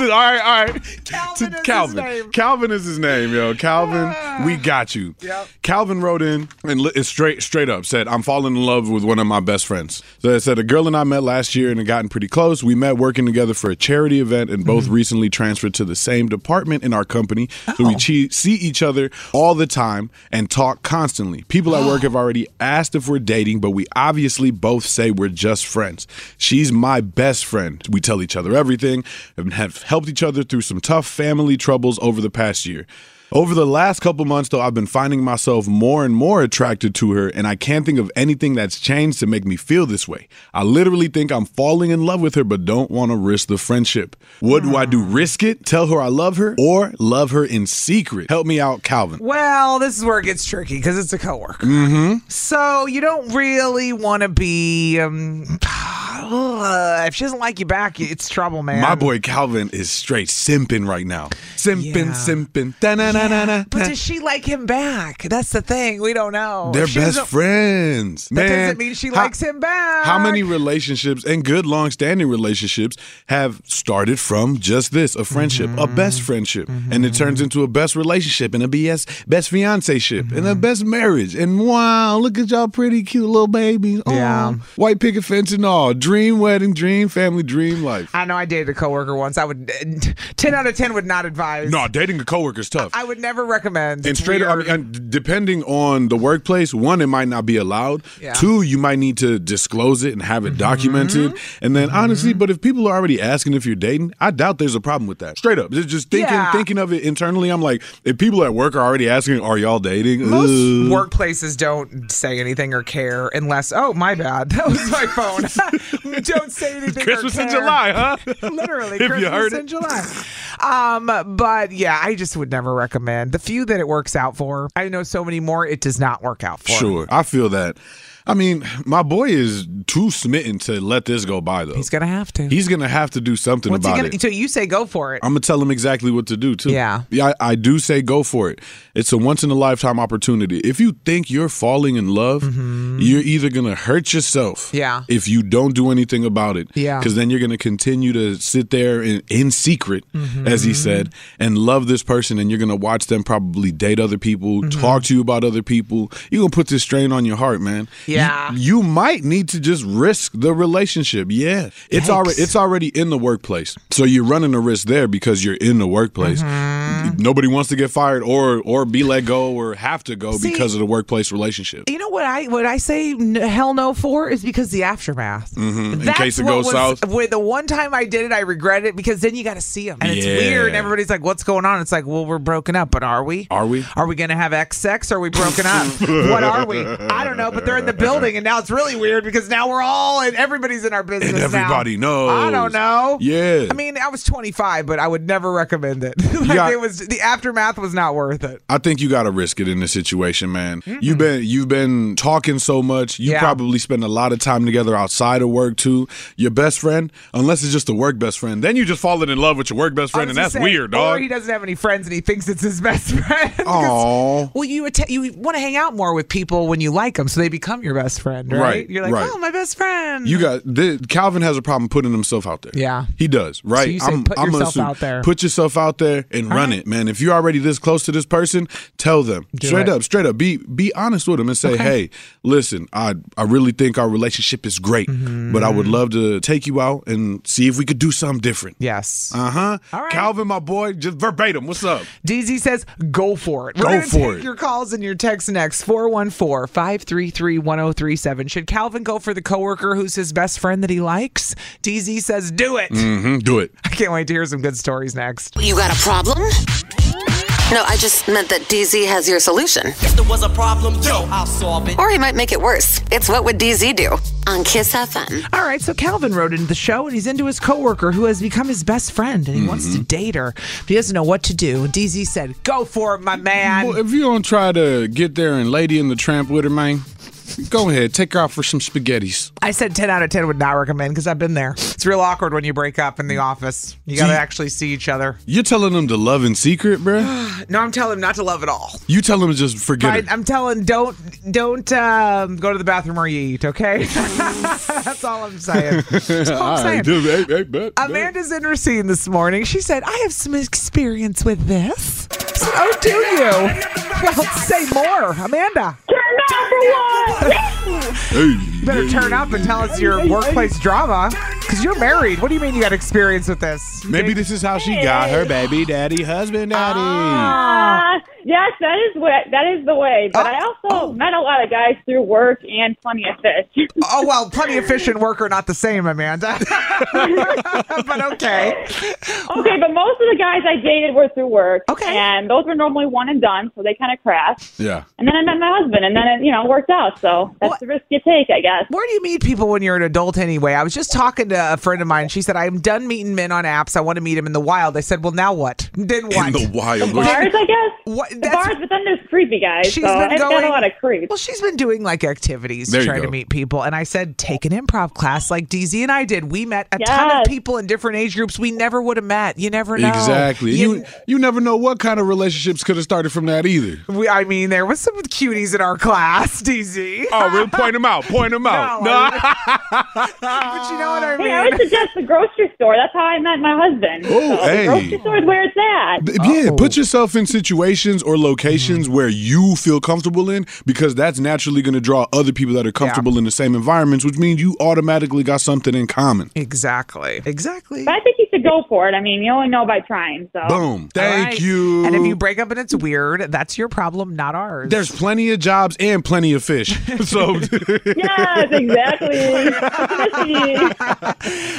Speaker 4: all right, all right.
Speaker 3: Calvin is
Speaker 4: Calvin.
Speaker 3: his name. Ah.
Speaker 4: Calvin is his name, yo. Calvin, we got you.
Speaker 3: Yep.
Speaker 4: Calvin wrote in and li- straight straight up said, "I'm falling in love with one of my best friends." So it said a girl and I met last year and had gotten pretty close. We met working together for a charity event and
Speaker 3: Mm-hmm.
Speaker 4: both recently transferred to the same department in our company. So
Speaker 3: Oh.
Speaker 4: we che- see each other all the time and talk constantly. People at
Speaker 3: Oh.
Speaker 4: work have already asked if we're dating, but we obviously both say we're just friends. She's my best friend. We tell each other everything and have helped each other through some tough family troubles over the past year. Over the last couple months, though, I've been finding myself more and more attracted to her, and I can't think of anything that's changed to make me feel this way. I literally think I'm falling in love with her, but don't want to risk the friendship. What do I do? Risk it? Tell her I love her? Or love her in secret? Help me out, Calvin.
Speaker 3: Well, this is where it gets tricky because it's a coworker. Mm-hmm. So you don't really want to be. Um, ugh, if she doesn't like you back, it's trouble, man.
Speaker 4: My boy Calvin is straight simping right now. Simping,
Speaker 3: Yeah.
Speaker 4: simping. Da-na-na-na-na.
Speaker 3: But does she like him back? That's the thing. We don't know.
Speaker 4: They're
Speaker 3: If she
Speaker 4: best
Speaker 3: doesn't-
Speaker 4: friends.
Speaker 3: That
Speaker 4: man.
Speaker 3: doesn't mean she
Speaker 4: How-
Speaker 3: likes him back.
Speaker 4: How many relationships and good long-standing relationships have started from just this, a friendship,
Speaker 3: Mm-hmm.
Speaker 4: a best friendship, and it turns into a best relationship and a BS best fiance ship and
Speaker 3: Mm-hmm.
Speaker 4: a best marriage. And wow, look at y'all pretty cute little babies. Aw.
Speaker 3: Yeah.
Speaker 4: White picket fence and all. Dream wedding, dream family, dream life.
Speaker 3: I know I dated a coworker once. I would ten out of ten would not advise.
Speaker 4: No, dating a coworker is tough.
Speaker 3: I would never recommend.
Speaker 4: and
Speaker 3: It's
Speaker 4: straight up, I
Speaker 3: weird.
Speaker 4: mean, and depending on the workplace, one, it might not be allowed.
Speaker 3: Yeah. Mm-hmm.
Speaker 4: Two, you might need to disclose it and have it documented. And then, honestly, but if people are already asking if you're dating, I doubt there's a problem with that. Straight up, just, just thinking,
Speaker 3: Yeah.
Speaker 4: thinking of it internally. I'm like, if people at work are already asking, "Are y'all dating?"
Speaker 3: Most
Speaker 4: Ugh.
Speaker 3: workplaces don't say anything or care unless, oh, my bad. That was my phone. don't say anything
Speaker 4: Christmas
Speaker 3: or
Speaker 4: in
Speaker 3: care.
Speaker 4: July, huh?
Speaker 3: Literally,
Speaker 4: If you
Speaker 3: Christmas
Speaker 4: heard
Speaker 3: in
Speaker 4: it.
Speaker 3: July. Um, but yeah, I just would never recommend. The few that it works out for, I know so many more it does not work out for.
Speaker 4: Sure, I feel that. I mean, my boy is too smitten to let this go by though.
Speaker 3: He's going to have to.
Speaker 4: He's gonna have to do something
Speaker 3: What's he
Speaker 4: about
Speaker 3: gonna,
Speaker 4: it. Uh,
Speaker 3: So you say go for it.
Speaker 4: I'm gonna tell him exactly what to do too.
Speaker 3: Yeah.
Speaker 4: yeah. I, I do say go for it. It's a once in a lifetime opportunity. If you think you're falling in love,
Speaker 3: Mm-hmm.
Speaker 4: you're either gonna hurt yourself.
Speaker 3: Yeah.
Speaker 4: Ah. If you don't do anything about it.
Speaker 3: Yeah.
Speaker 4: Because then you're gonna continue to sit there in, in secret,
Speaker 3: Mm-hmm.
Speaker 4: as he said, and love this person, and you're gonna watch
Speaker 3: Mm-hmm.
Speaker 4: them probably date other people, talk to you about other people. You're gonna put this strain on your heart, man.
Speaker 3: Yeah.
Speaker 4: You might need to just risk the relationship. Yeah. It's already it's already in the workplace. So you're running a risk there because you're in the workplace.
Speaker 3: Mm-hmm.
Speaker 4: Nobody wants to get fired or or be let go or have to go
Speaker 3: See-
Speaker 4: because of the workplace relationship.
Speaker 3: You know what I what I say n- hell no for is because the aftermath.
Speaker 4: hmm In
Speaker 3: That's
Speaker 4: case it
Speaker 3: what
Speaker 4: goes
Speaker 3: was-
Speaker 4: south.
Speaker 3: Where the one time I did it, I regret it because then you got to see them, and it's weird. And
Speaker 4: Yeah.
Speaker 3: everybody's like, "What's going on?" It's like, "Well, we're broken up, but are we?
Speaker 4: Are we?
Speaker 3: Are we going to have ex sex? Are we broken up? what are we? I don't know." But they're in the building, and now it's really weird because now we're all and everybody's in our business.
Speaker 4: And
Speaker 3: now.
Speaker 4: everybody knows.
Speaker 3: I don't know.
Speaker 4: Yeah.
Speaker 3: I mean, I was 25, but I would never recommend it. like
Speaker 4: got-
Speaker 3: it was the aftermath was not worth it.
Speaker 4: I think you gotta risk it in this situation, man. You've been you've been talking so much. You
Speaker 3: Yeah.
Speaker 4: probably spend a lot of time together outside of work too. Your best friend, unless it's just a work best friend, then you just falling in love with your work best friend,
Speaker 3: I was
Speaker 4: and
Speaker 3: gonna
Speaker 4: that's
Speaker 3: say,
Speaker 4: weird,
Speaker 3: Or
Speaker 4: dog.
Speaker 3: he doesn't have any friends and he thinks it's his best friend. 'Cause-
Speaker 4: Aw.
Speaker 3: Well, you att- you want to hang out more with people when you like them, so they become your best friend, right?
Speaker 4: Right,
Speaker 3: You're like,
Speaker 4: right.
Speaker 3: oh, my best friend.
Speaker 4: You got the, Calvin has a problem putting himself out there.
Speaker 3: Yeah.
Speaker 4: he does. Right.
Speaker 3: you say put
Speaker 4: gonna
Speaker 3: yourself
Speaker 4: assume,
Speaker 3: out there.
Speaker 4: Put yourself out there and run it, man. If you're already this close to this person, tell them straight
Speaker 3: it.
Speaker 4: up, straight up. Be be honest with them and say, hey, listen, I I really think our relationship is great, but I would
Speaker 3: Mm-hmm.
Speaker 4: love to take you out and see if we could do something different.
Speaker 3: yes.
Speaker 4: Uh huh.
Speaker 3: All right.
Speaker 4: Calvin, my boy, just verbatim. What's up?
Speaker 3: DZ says, go for it. We're
Speaker 4: Go
Speaker 3: gonna
Speaker 4: for
Speaker 3: take
Speaker 4: it.
Speaker 3: your calls and your texts next. 414 533 1037. Should Calvin go for the coworker who's his best friend that he likes? DZ says, do it.
Speaker 4: Mm-hmm. Do it.
Speaker 3: I can't wait to hear some good stories next.
Speaker 2: You got a problem? No, I just meant that DZ has your solution.
Speaker 8: If there was a problem, yo, I'll solve it.
Speaker 2: Or he might make it worse. It's What Would DZ Do? on Kiss FM.
Speaker 3: All right, so Calvin wrote into the show and he's into his coworker who has become his best friend and he wants
Speaker 4: Mm-hmm.
Speaker 3: to date her, but he doesn't know what to do. And DZ said, Go for it, my man.
Speaker 4: Well, if you don't try to get there and lady in the tramp with her, man, go ahead. Take her out for some spaghettis.
Speaker 3: I said 10 out of 10 would not recommend because I've been there. It's real awkward when you break up in the office. You got to
Speaker 4: See-
Speaker 3: actually see each other.
Speaker 4: You're telling them to love in secret, bruh?
Speaker 3: No, I'm telling him not to love at all.
Speaker 4: You tell them to just forget
Speaker 3: I,
Speaker 4: it.
Speaker 3: I'm telling don't don't um, go to the bathroom or you eat, okay? That's all I'm saying. That's all I'm saying. Amanda's in her scene this morning. She said, I have some experience with this. I said, oh, do you? Well, say more, Amanda. You better turn up and tell us your workplace drama because you're married. What do you mean you got experience with this?
Speaker 4: Maybe this is how she got her baby daddy, husband daddy.
Speaker 3: Hmm. Ah.
Speaker 5: Uh, yes, that is what that is the way.
Speaker 3: Oh,
Speaker 5: But I also met a lot of guys through work and plenty of fish.
Speaker 3: Oh, well, plenty of fish and work are not the same, Amanda. but okay.
Speaker 5: okay, but most of the guys I dated were through work.
Speaker 3: Okay.
Speaker 5: and those were normally one and done, so they kind of crashed.
Speaker 4: Yeah.
Speaker 5: And then I met my husband, and then it you know worked out. So that's
Speaker 3: What-
Speaker 5: the risk you take, I guess.
Speaker 3: Where do you meet people when you're an adult anyway? I was just talking to a friend of mine. She said, I'm done meeting men on apps. I want to meet him in the wild. I said, Well, now what? Then what?
Speaker 4: In the wild.
Speaker 5: Bars, I guess.
Speaker 3: What-
Speaker 5: The
Speaker 3: that's-
Speaker 5: bars, but then there's creepy guys.
Speaker 3: She's
Speaker 5: so
Speaker 3: been
Speaker 5: I've
Speaker 3: going
Speaker 5: got a lot of creeps.
Speaker 3: Well, she's been doing like activities
Speaker 4: There
Speaker 3: to
Speaker 4: you
Speaker 3: try to
Speaker 4: go.
Speaker 3: meet people. And I said, take an improv class like DZ and I did. We met a ton of
Speaker 5: Yes.
Speaker 3: people in different age groups we never would have met. You never know.
Speaker 4: Exactly.
Speaker 3: You-
Speaker 4: You you never know what kind of relationships could have started from that either.
Speaker 3: we, I mean, there was some cuties in our class, DZ.
Speaker 4: Oh, we'll point them out. Point them out.
Speaker 3: No, I- but you know what I
Speaker 5: Hey, I would
Speaker 3: mean?
Speaker 5: suggest the grocery store. That's how I met my husband.
Speaker 4: Oh,
Speaker 5: so
Speaker 4: hey.
Speaker 5: The grocery store is where it's at.
Speaker 4: B-
Speaker 3: Oh.
Speaker 4: Yeah, put yourself in situations or locations
Speaker 3: Mm.
Speaker 4: where you feel comfortable in because that's naturally going to draw other people that are comfortable in the same environments, which means you automatically got something in common.
Speaker 3: Exactly. Exactly.
Speaker 5: But I think you should go for it. I mean, you only know by trying. So
Speaker 4: Boom.
Speaker 3: All
Speaker 4: Thank
Speaker 3: right.
Speaker 4: you.
Speaker 3: And if you break up and it's weird, that's your problem, not ours.
Speaker 4: There's plenty of jobs and plenty of fish. So
Speaker 5: yes, exactly.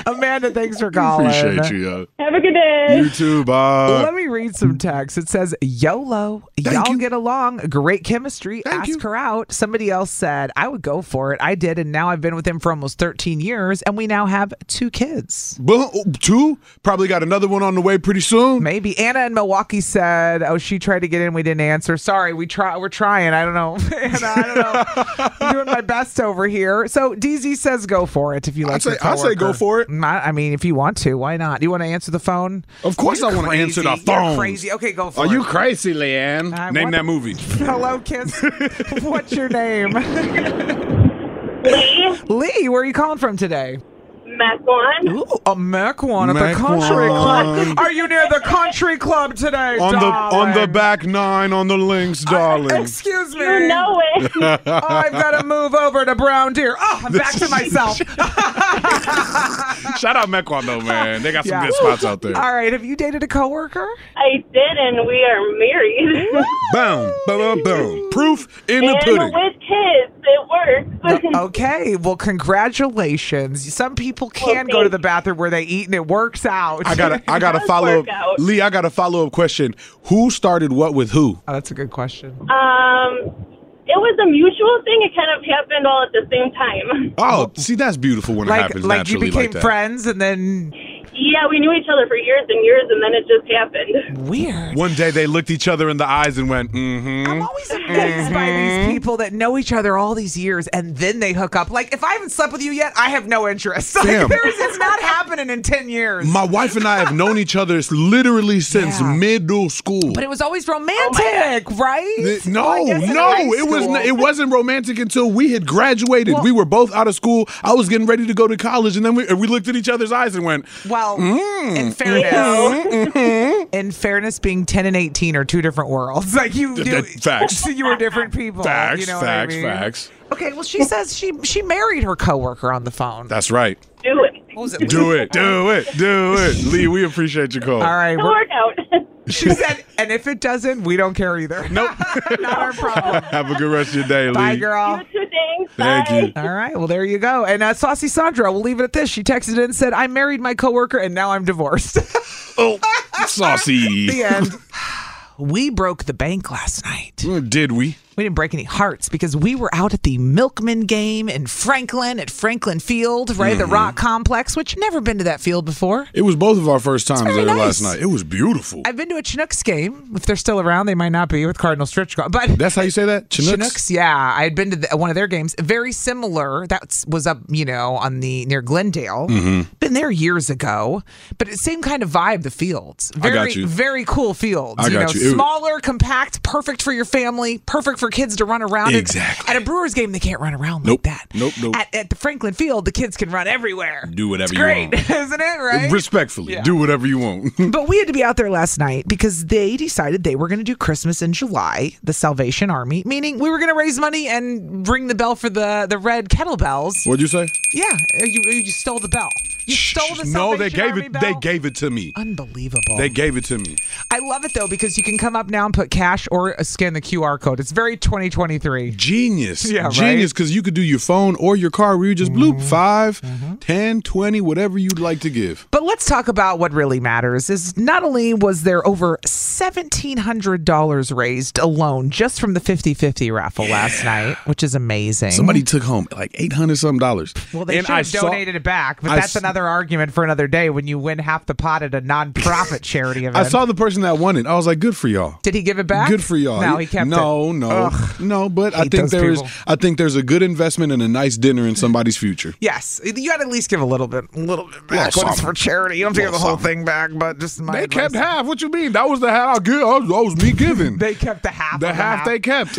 Speaker 3: Amanda, thanks for calling.
Speaker 4: appreciate you, yo.
Speaker 5: Have a good day.
Speaker 4: You too, Bob.
Speaker 3: Let me read some text. It says YOLO. Y'all
Speaker 4: you.
Speaker 3: get along. Great chemistry.
Speaker 4: Thank
Speaker 3: Ask
Speaker 4: you.
Speaker 3: her out. Somebody else said, I would go for it. I did. And now I've been with him for almost 13 years. And we now have two kids.
Speaker 4: Boom. Oh, Two. Probably got another one on the way pretty soon.
Speaker 3: Maybe Anna in Milwaukee said, "Oh, she tried to get in. We didn't answer. Sorry, we try. We're trying. I don't know. Anna, I don't know. I'm doing my best over here." So DZ says, "Go for it if you like."
Speaker 4: I'd say-
Speaker 3: your
Speaker 4: I'd say go
Speaker 3: coworker.
Speaker 4: for it.
Speaker 3: Not- I mean, if you want to, why not? You want to answer the phone?
Speaker 4: Of course, I
Speaker 3: You're
Speaker 4: want to answer the
Speaker 3: crazy. You're
Speaker 4: phone.
Speaker 3: crazy. Okay, go for
Speaker 4: Are
Speaker 3: it.
Speaker 4: you crazy, Leanne?
Speaker 3: I
Speaker 4: Name
Speaker 3: want-
Speaker 4: that movie.
Speaker 3: Hello, Kiss. What's your name?
Speaker 6: Lee,
Speaker 3: Lee, where are you calling from today?
Speaker 5: Mac one.
Speaker 3: Ooh, a Mac one at the
Speaker 4: Mac one.
Speaker 3: country club. Are you near the country club today,
Speaker 4: on the on the
Speaker 3: darling?
Speaker 4: back nine on the links, darling.
Speaker 3: Excuse me. Oh,
Speaker 5: You know it.
Speaker 3: I've got to move over to Brown Deer. Ah, I'm back to myself.
Speaker 4: Shout out Mequon though, man. They got some
Speaker 3: Yeah.
Speaker 4: good spots out there.
Speaker 3: All right. Have you dated a coworker?
Speaker 5: I did, and we are married.
Speaker 4: Boom, boom, boom. Proof in the
Speaker 5: and
Speaker 4: pudding.
Speaker 5: with kids, it works.
Speaker 3: Okay. Well, congratulations. Some people can go to
Speaker 5: thanks.
Speaker 3: the bathroom where they eat and it works out.
Speaker 4: I got to I got to
Speaker 5: does
Speaker 4: follow
Speaker 5: work
Speaker 4: up.
Speaker 5: out.
Speaker 4: Lee, I got a follow up question. Who started what with who?
Speaker 3: Oh, that's a good question.
Speaker 5: um, it was a mutual thing. It kind of happened all at the same time.
Speaker 4: Oh, see that's beautiful when it
Speaker 3: Like,
Speaker 4: happens
Speaker 3: like you
Speaker 4: naturally
Speaker 3: became
Speaker 4: like that.
Speaker 3: friends and then
Speaker 5: Yeah, we knew each other for years and years, and then it just happened.
Speaker 3: weird.
Speaker 4: One day they looked each other in the eyes and went, "Mm-hmm."
Speaker 3: I'm always amazed by these people that know each other all these years and then they hook up. Like, if I haven't slept with you yet, I have no interest. Like,
Speaker 4: Damn.
Speaker 3: there's, it's not happening in 10 years.
Speaker 4: My wife and I have known each other literally since
Speaker 3: Yeah.
Speaker 4: middle school.
Speaker 3: but it was
Speaker 5: Oh
Speaker 3: always romantic, right?
Speaker 4: Th- No,
Speaker 3: Well, I guess in
Speaker 4: no,
Speaker 3: high
Speaker 4: it was
Speaker 3: school.
Speaker 4: n- it wasn't romantic until we had graduated. we were both out of school. I was getting ready to go to college, and then we, we looked at each other's eyes and went, "Hmm,
Speaker 3: Well, in fairness, in fairness, being ten and eighteen are two different worlds. Like you, do,
Speaker 4: that- facts.
Speaker 3: You were different people.
Speaker 4: "Facts,
Speaker 3: you know what I
Speaker 4: facts,
Speaker 3: mean?
Speaker 4: facts."
Speaker 3: Okay, well, she says she she married her coworker on the phone.
Speaker 4: That's right.
Speaker 5: Do it.
Speaker 3: What was it?
Speaker 4: Do it, do it, do it, Lee. We appreciate your call.
Speaker 3: All right,
Speaker 5: It'll
Speaker 3: we're-
Speaker 5: work out.
Speaker 3: she said, and if it doesn't, we don't care either.
Speaker 4: Nope.
Speaker 3: Not our problem.
Speaker 4: Have a good rest of your day, Lee.
Speaker 3: Bye, girl.
Speaker 5: You two things.
Speaker 4: Thank
Speaker 5: Bye.
Speaker 4: you.
Speaker 3: All right, well, there you go. And uh, Saucy Sandra, we'll leave it at this. She texted in and said, I married my coworker and now I'm divorced.
Speaker 4: Oh, saucy.
Speaker 3: the end. We broke the bank last night.
Speaker 4: Mm, Did we?
Speaker 3: We didn't break any hearts because we were out at the Milkman game in Franklin at Franklin Field, right?
Speaker 4: Mm-hmm.
Speaker 3: The Rock Complex, which never been to that field before.
Speaker 4: It was both of our first times
Speaker 3: very
Speaker 4: there last
Speaker 3: nice.
Speaker 4: night. It was beautiful.
Speaker 3: I've been to a Chinooks game. If they're still around, they might not be with Cardinal Stritch, but
Speaker 4: That's how you say that, Chinooks.
Speaker 3: Chinooks, yeah. I had been to the, one of their games. Very similar. That was up, you know, on the near Glendale.
Speaker 4: Mm-hmm.
Speaker 3: Been there years ago, but it's same kind of vibe. The fields,
Speaker 4: I
Speaker 3: very,
Speaker 4: got you.
Speaker 3: very cool fields.
Speaker 4: I got
Speaker 3: know,
Speaker 4: you. It-
Speaker 3: smaller, compact, perfect for your family, perfect for kids to run around. in.
Speaker 4: Exactly.
Speaker 3: At a Brewers game, they can't run around
Speaker 4: Nope.
Speaker 3: like that.
Speaker 4: Nope, nope.
Speaker 3: At, at the Franklin Field, the kids can run everywhere.
Speaker 4: Do whatever
Speaker 3: It's
Speaker 4: you
Speaker 3: great,
Speaker 4: want.
Speaker 3: isn't it? Right.
Speaker 4: Respectfully, do whatever you want.
Speaker 3: But we had to be out there last night because they decided they were going to do Christmas in July, the Salvation Army, meaning we were going to raise money and ring the bell for the, the red kettlebells.
Speaker 4: What'd you say?
Speaker 3: Yeah, uh, you, you stole the bell. You stole the Salvation
Speaker 4: no, they gave
Speaker 3: Army
Speaker 4: it.
Speaker 3: bell.
Speaker 4: They gave it to me.
Speaker 3: Unbelievable.
Speaker 4: They gave it to me.
Speaker 3: I love it though because you can come up now and put cash or uh, scan the QR code. It's very 2023.
Speaker 4: Genius.
Speaker 3: Yeah, right? Mm-hmm.
Speaker 4: Genius, because you could do your phone or your car where you just bloop five, ten, twenty, whatever you'd like to give.
Speaker 3: But let's talk about what really matters is not only was there over $1700 raised alone just from the 50-50 raffle last night, which is amazing.
Speaker 4: Somebody took home like 800 some dollars.
Speaker 3: Mm-hmm. Well, they
Speaker 4: And
Speaker 3: should
Speaker 4: I
Speaker 3: have
Speaker 4: saw-
Speaker 3: donated it back, but
Speaker 4: I
Speaker 3: that's
Speaker 4: s-
Speaker 3: another argument for another day when you win half the pot at a nonprofit charity
Speaker 4: I
Speaker 3: event.
Speaker 4: saw the person that won it. I was like, good for y'all.
Speaker 3: Did he give it back?
Speaker 4: Good for y'all.
Speaker 3: No, he kept
Speaker 4: no,
Speaker 3: it.
Speaker 4: No,
Speaker 3: Ugh.
Speaker 4: no, But I
Speaker 3: Hate
Speaker 4: think
Speaker 3: those
Speaker 4: there is.
Speaker 3: people.
Speaker 4: I think there's a good investment and a nice dinner in somebody's future.
Speaker 3: Yes, you got to at least give a little bit, a little bit back.
Speaker 4: Little
Speaker 3: when it's
Speaker 4: something.
Speaker 3: for charity, you don't have to give the
Speaker 4: Little
Speaker 3: whole thing back, but just my
Speaker 4: They
Speaker 3: advice.
Speaker 4: kept half. What you mean? That was the half I give. That was, that was me giving.
Speaker 3: They kept the half.
Speaker 4: the
Speaker 3: of
Speaker 4: half they kept.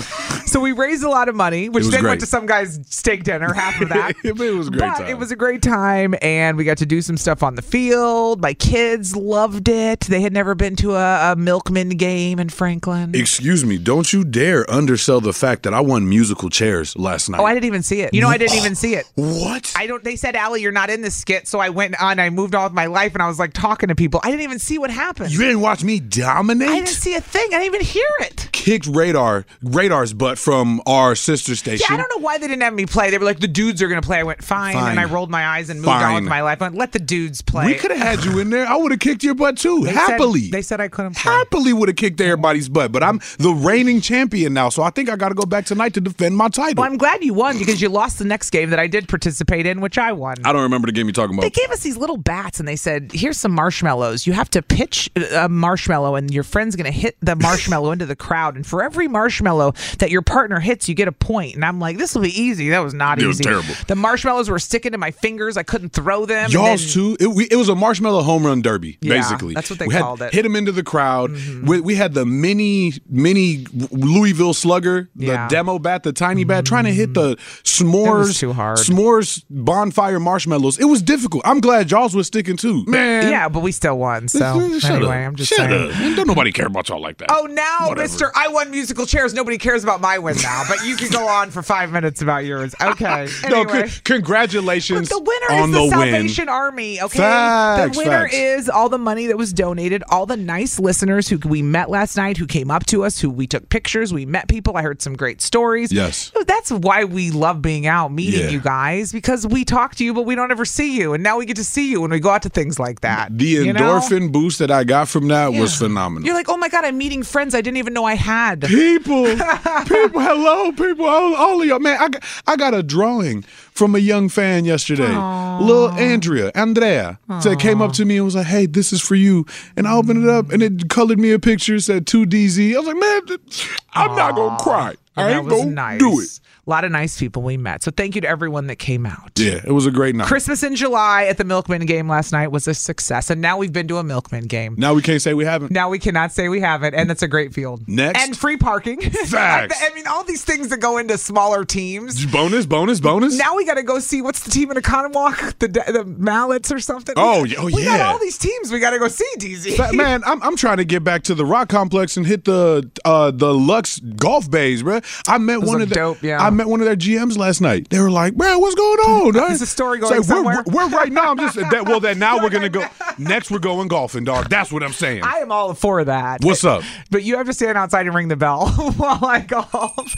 Speaker 3: So we raised a lot of money, which
Speaker 4: was
Speaker 3: then
Speaker 4: great.
Speaker 3: went to some guy's steak dinner. Half of that.
Speaker 4: It was a great
Speaker 3: But
Speaker 4: time.
Speaker 3: it was a great time, and we got to do some stuff on the field. My kids loved it. They had never been to a, a Milkman game in Franklin.
Speaker 4: Excuse me, don't you dare undersell the fact that I won musical chairs last night.
Speaker 3: Oh, I didn't even see it. You know, I didn't even see it.
Speaker 4: What?
Speaker 3: I don't. They said, "Allie, you're not in this skit." So I went on. I moved on with my life, and I was like talking to people. I didn't even see what happened.
Speaker 4: you didn't watch me dominate?
Speaker 3: I didn't see a thing. I didn't even hear it.
Speaker 4: Kicked radar, radar's butt from our sister station.
Speaker 3: Yeah, I don't know why they didn't have me play. They were like, "The dudes are gonna play." I went fine,
Speaker 4: Fine.
Speaker 3: and I rolled my eyes and moved on
Speaker 4: Fine.
Speaker 3: with my life. I went, Let the dudes play.
Speaker 4: We could have had you in there. I would have kicked your butt too,
Speaker 3: They said-
Speaker 4: happily.
Speaker 3: they said I couldn't play.
Speaker 4: happily would have kicked everybody's butt. But I'm the reigning champion now, so I think I got to go back tonight to defend my title.
Speaker 3: Well, I'm glad you won because you lost the next game that I did participate in, which I won.
Speaker 4: I don't remember the game you're talking about.
Speaker 3: They gave us these little bats and they said, "Here's some marshmallows. You have to pitch a marshmallow, and your friend's going to hit the marshmallow into the crowd. And for every marshmallow that your partner hits, you get a point. And I'm like, this will be easy. That was not
Speaker 4: It
Speaker 3: easy.
Speaker 4: was terrible.
Speaker 3: The marshmallows were sticking to my fingers. I couldn't throw them. and
Speaker 4: Y'all's too.
Speaker 3: then-
Speaker 4: It, we, it was a marshmallow home run derby,
Speaker 3: Yeah,
Speaker 4: basically.
Speaker 3: that's what they
Speaker 4: we had-
Speaker 3: called it. Mm-hmm.
Speaker 4: Hit him into the crowd. We, we had the mini, mini Louisville Slugger, the
Speaker 3: Yeah.
Speaker 4: demo bat, the tiny bat, trying to hit the
Speaker 3: It
Speaker 4: s'mores,
Speaker 3: was too hard.
Speaker 4: s'mores bonfire marshmallows. It was difficult. I'm glad y'all's was sticking too, man.
Speaker 3: Yeah, but we still won. So
Speaker 4: Shut up.
Speaker 3: anyway, I'm just
Speaker 4: Shut
Speaker 3: saying.
Speaker 4: up. Man, Uh, Don't nobody care about y'all like that.
Speaker 3: Oh, now,
Speaker 4: Whatever.
Speaker 3: Mister, I won musical chairs. Nobody cares about my win now. But you can go on for five minutes about yours. Okay.
Speaker 4: No,
Speaker 3: Anyway.
Speaker 4: c- congratulations
Speaker 3: But the winner
Speaker 4: on
Speaker 3: is the,
Speaker 4: the win.
Speaker 3: Salvation Army. Okay,
Speaker 4: Facts,
Speaker 3: the winner
Speaker 4: facts.
Speaker 3: is all the money that was donated. All the nice listeners who we met last night, who came up to us, who we took pictures, we met people. I heard some great stories.
Speaker 4: Yes.
Speaker 3: So that's why we love being out, meeting
Speaker 4: Yeah.
Speaker 3: you guys, because we talk to you, but we don't ever see you, and now we get to see you when we go out to things like that.
Speaker 4: The
Speaker 3: you know?
Speaker 4: endorphin boost that I got from that was phenomenal.
Speaker 3: You're like, oh my god, I'm meeting friends I didn't even know I had.
Speaker 4: people, people, hello, people, all, all of y'all. Man, I, got- I got a drawing from a young fan yesterday, little Andrea, Andrea, that came up to me and was like, "Hey, this is for you." And I opened it up, and it colored me a picture said two DZ. I was like, "Man, th- I'm not gonna cry.
Speaker 3: And
Speaker 4: I
Speaker 3: that
Speaker 4: ain't
Speaker 3: was
Speaker 4: gonna
Speaker 3: nice.
Speaker 4: do it."
Speaker 3: A lot of nice people we met. So thank you to everyone that came out.
Speaker 4: Yeah, it was a great night.
Speaker 3: Christmas in July at the Milkman game last night was a success, and now we've been to a Milkman game.
Speaker 4: now we can't say we haven't.
Speaker 3: Now we cannot say we haven't, and that's a great field.
Speaker 4: Next.
Speaker 3: and free parking.
Speaker 4: Facts.
Speaker 3: I mean, all these things that go into smaller teams.
Speaker 4: bonus, bonus, bonus.
Speaker 3: Now we got to go see what's the team in Economwalk, the the Mallets or something. We
Speaker 4: Oh,
Speaker 3: got-
Speaker 4: yeah, oh,
Speaker 3: we got
Speaker 4: yeah.
Speaker 3: all these teams. We got to go see DZ.
Speaker 4: Fa- man, I'm, I'm trying to get back to the rock complex and hit the uh, the Lux golf bays, bruh. I met
Speaker 3: Those
Speaker 4: one
Speaker 3: look
Speaker 4: of the,
Speaker 3: dope, yeah.
Speaker 4: I met one of their GMs last night. They were like, "Bruh, what's going on? dog?"
Speaker 3: Is the story
Speaker 4: It's
Speaker 3: going
Speaker 4: like, we're-
Speaker 3: somewhere?
Speaker 4: We're, we're right now. I'm just that, well. That now
Speaker 3: You're
Speaker 4: we're gonna
Speaker 3: like,
Speaker 4: go. Next, we're going golfing, dog. That's what I'm saying.
Speaker 3: I am all for that.
Speaker 4: What's up?
Speaker 3: But you have to stand outside and ring the bell while I golf.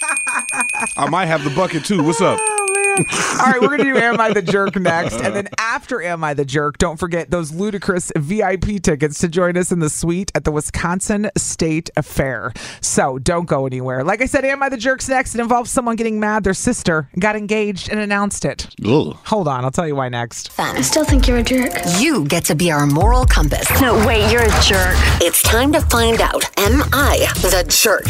Speaker 4: I might have the bucket too. What's up?
Speaker 3: Oh man! All right, we're gonna do "Am I the Jerk" next, and then after "Am I the Jerk," don't forget those ludicrous VIP tickets to join us in the suite at the Wisconsin State Fair. So don't go anywhere. Like I said, "Am I the Jerk's next? It involves someone getting mad their sister got engaged and announced it.
Speaker 4: Ugh.
Speaker 3: Hold on, I'll tell you why next.
Speaker 2: Fun.
Speaker 9: Still think you're a jerk.
Speaker 2: You get to be our moral compass.
Speaker 9: No, wait, you're a jerk.
Speaker 2: It's time to find out Am I the jerk?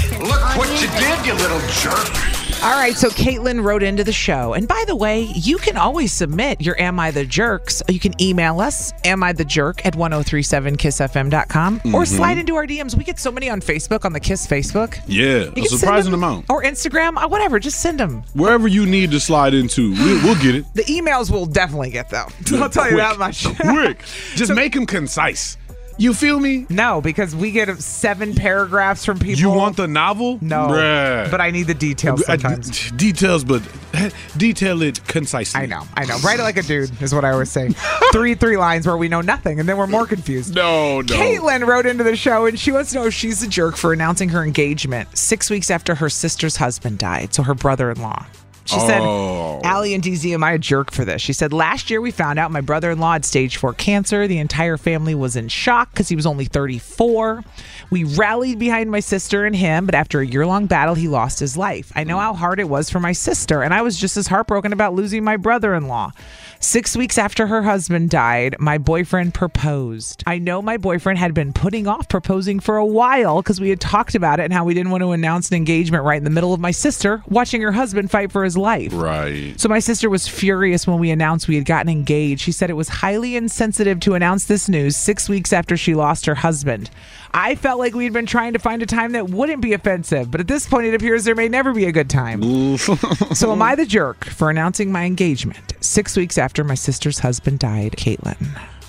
Speaker 3: All right, so Caitlin wrote into the show. And by the way, you can always submit your Am I the Jerks. You can email us, Am I the Jerk at 1037kissfm.com
Speaker 4: Mm-hmm.
Speaker 3: or slide into our DMs. We get so many on Facebook, on the Kiss Facebook.
Speaker 4: Yeah,
Speaker 3: You
Speaker 4: a
Speaker 3: can send
Speaker 4: surprising
Speaker 3: them-
Speaker 4: amount.
Speaker 3: Or Instagram, uh, whatever. Just send them.
Speaker 4: Wherever you need to slide into, we, we'll get it.
Speaker 3: The emails we'll definitely get, though. I'll tell you
Speaker 4: Quick,
Speaker 3: that much.
Speaker 4: Quick, just make them concise. You feel me?
Speaker 3: no, because we get seven paragraphs from people.
Speaker 4: You want the novel?
Speaker 3: No.
Speaker 4: Bruh.
Speaker 3: But I need the details
Speaker 4: I-
Speaker 3: sometimes.
Speaker 4: d- details, but detail it concisely.
Speaker 3: I know, I know. Write it like a dude is what I always say. three three lines where we know nothing and then we're more confused.
Speaker 4: No, Oh, no.
Speaker 3: Caitlin wrote into the show and she wants to know if she's a jerk for announcing her engagement six weeks after her sister's husband died, so her brother in law. She
Speaker 4: Oh.
Speaker 3: said, Allie and DZ, am I a jerk for this? She said, last year we found out my brother in law had stage four cancer. The entire family was in shock because he was only 34. We rallied behind my sister and him, but after a year long battle, he lost his life. I know how hard it was for my sister, and I was just as heartbroken about losing my brother in law. Six weeks after her husband died, my boyfriend proposed. I know my boyfriend had been putting off proposing for a while because we had talked about it and how we didn't want to announce an engagement right in the middle of my sister watching her husband fight for his life.
Speaker 4: Right.
Speaker 3: So my sister was furious when we announced we had gotten engaged. She said it was highly insensitive to announce this news six weeks after she lost her husband. I felt like we had been trying to find a time that wouldn't be offensive, but at this point, it appears there may never be a good time. so am I the jerk for announcing my engagement six weeks after my sister's husband died, Caitlin?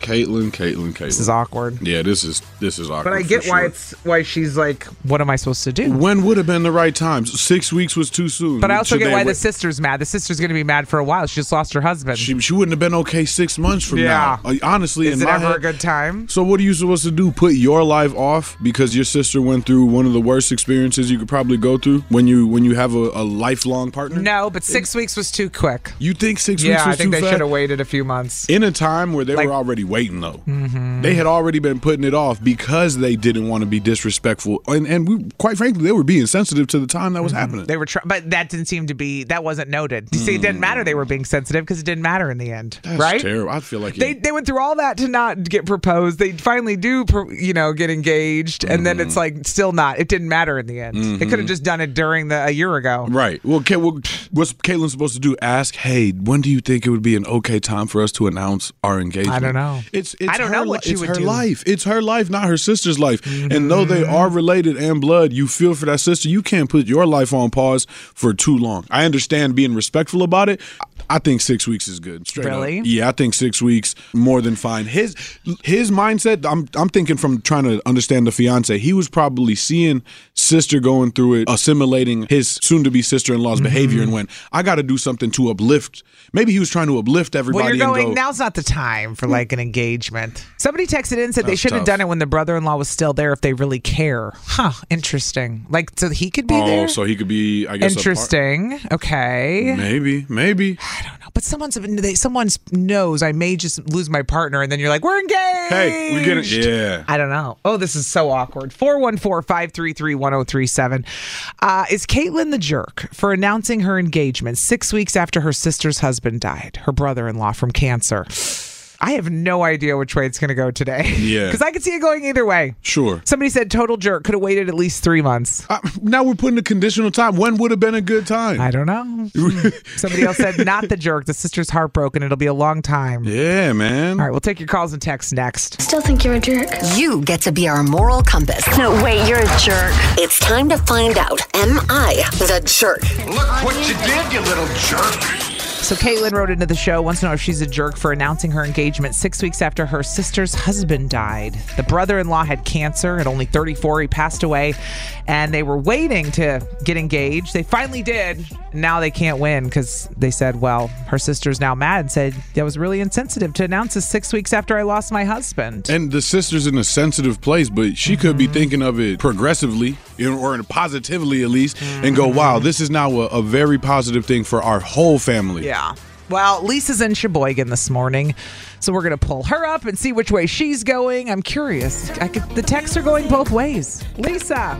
Speaker 4: Caitlin, Caitlin, Caitlin.
Speaker 3: This is awkward.
Speaker 4: yeah, this is this is awkward.
Speaker 3: But I
Speaker 4: for
Speaker 3: get why
Speaker 4: sure.
Speaker 3: it's why she's like, what am I supposed to do?
Speaker 4: When would have been the right time? Six weeks was too soon.
Speaker 3: But I also
Speaker 4: Should
Speaker 3: get
Speaker 4: they
Speaker 3: why the
Speaker 4: wait-
Speaker 3: sister's mad. The sister's going to be mad for a while. She just lost her husband.
Speaker 4: She, she wouldn't have been okay six months from
Speaker 3: Yeah.
Speaker 4: now. Uh, Honestly, in
Speaker 3: Is it
Speaker 4: my
Speaker 3: ever
Speaker 4: head-
Speaker 3: a good time?
Speaker 4: So what are you supposed to do? Put your life off because your sister went through one of the worst experiences you could probably go through when you when you have a, a lifelong partner.
Speaker 3: No, but six weeks was too quick.
Speaker 4: You think six
Speaker 3: Yeah,
Speaker 4: weeks
Speaker 3: I
Speaker 4: was
Speaker 3: think
Speaker 4: too
Speaker 3: they
Speaker 4: fast?
Speaker 3: should have waited a few months.
Speaker 4: in a time where they
Speaker 3: Like, Mm-hmm.
Speaker 4: were already waiting though. They had already been putting it off because they didn't want to be disrespectful, and and we, quite frankly, they were being sensitive to the time
Speaker 3: Mm-hmm.
Speaker 4: that was happening.
Speaker 3: They were trying, but that didn't seem to be. That wasn't noted. You see, it didn't matter. They were being sensitive because it didn't matter in the end,
Speaker 4: That's
Speaker 3: right?
Speaker 4: terrible. I feel like
Speaker 3: They,
Speaker 4: it,
Speaker 3: they went through all that to not get proposed. They finally do, pro- you know, get engaged, and then
Speaker 4: Mm-hmm.
Speaker 3: it's like still not. It didn't matter in the end. They could have
Speaker 4: Mhm.
Speaker 3: just done it during the a year ago.
Speaker 4: right. Well, Ca- well, what's Caitlin supposed to do? Ask, hey, when do you think it would be an okay time for us to announce our engagement?
Speaker 3: I don't know.
Speaker 4: It's, it's
Speaker 3: Oh. I don't
Speaker 4: her
Speaker 3: know
Speaker 4: li-
Speaker 3: what you
Speaker 4: it's
Speaker 3: would
Speaker 4: her
Speaker 3: do. Mm-hmm.
Speaker 4: life. It's her life, not her sister's life. And though they are related and blood, you feel for that sister. You can't put your life on pause for too long. I understand being respectful about it. I- I think six weeks is good. Straight up.
Speaker 3: Really?
Speaker 4: Yeah, I think six weeks more than fine. His his mindset. I'm I'm thinking from trying to understand the fiance. He was probably seeing sister going through it, assimilating his soon to be sister in law's
Speaker 3: Mm-hmm.
Speaker 4: behavior, and went, I got to do something to uplift. Maybe he was trying to uplift everybody.
Speaker 3: Well, you're
Speaker 4: and
Speaker 3: going.
Speaker 4: go,
Speaker 3: Now's not the time for like an engagement. Somebody texted in and said they
Speaker 4: That's
Speaker 3: should have
Speaker 4: tough.
Speaker 3: done it when the brother-in-law was still there if they really care. Huh? Interesting. Like so he could be
Speaker 4: oh,
Speaker 3: there.
Speaker 4: so he could be. I guess a part-
Speaker 3: Interesting. Okay.
Speaker 4: Maybe, maybe.
Speaker 3: But someone's they, someone's knows I may just lose my partner, and then you're like, we're engaged.
Speaker 4: Hey, we get it. Yeah.
Speaker 3: I don't know. Oh, this is so awkward. 414 533 1037. Uh, Is Caitlin the jerk for announcing her engagement six weeks after her sister's husband died, her brother in law from cancer? I have no idea which way it's going to go today.
Speaker 4: Yeah.
Speaker 3: Because I could see it going either way.
Speaker 4: Sure.
Speaker 3: Somebody said total jerk could have waited at least three months.
Speaker 4: I, now we're putting a conditional time. When would have been a good time?
Speaker 3: I don't know. Somebody else said not the jerk. The sister's heartbroken. It'll be a long time.
Speaker 4: Yeah, man.
Speaker 3: All right, we'll take your calls and texts next.
Speaker 2: Still think you're a jerk? You get to be our moral compass. No, wait, you're a jerk. It's time to find out Am I the jerk?
Speaker 10: Look what you did, you little jerk.
Speaker 3: So Caitlin wrote into the show, wants to know if she's a jerk for announcing her engagement six weeks after her sister's husband died. The brother-in-law had cancer at only 34. He passed away, and they were waiting to get engaged. They finally did. Now they can't win because they said, well, her sister's now mad and said, that was really insensitive to announce this six weeks after I lost my husband.
Speaker 4: And the sister's in a sensitive place, but she could
Speaker 3: Mm-hmm.
Speaker 4: be thinking of it progressively you know, or positively at least, and go, wow,
Speaker 3: Mm-hmm.
Speaker 4: this is now a, a very positive thing for our whole family.
Speaker 3: Yeah. Well, Lisa's in Sheboygan this morning, so we're gonna pull her up and see which way she's going. I'm curious. I could, the texts are going both ways. Lisa.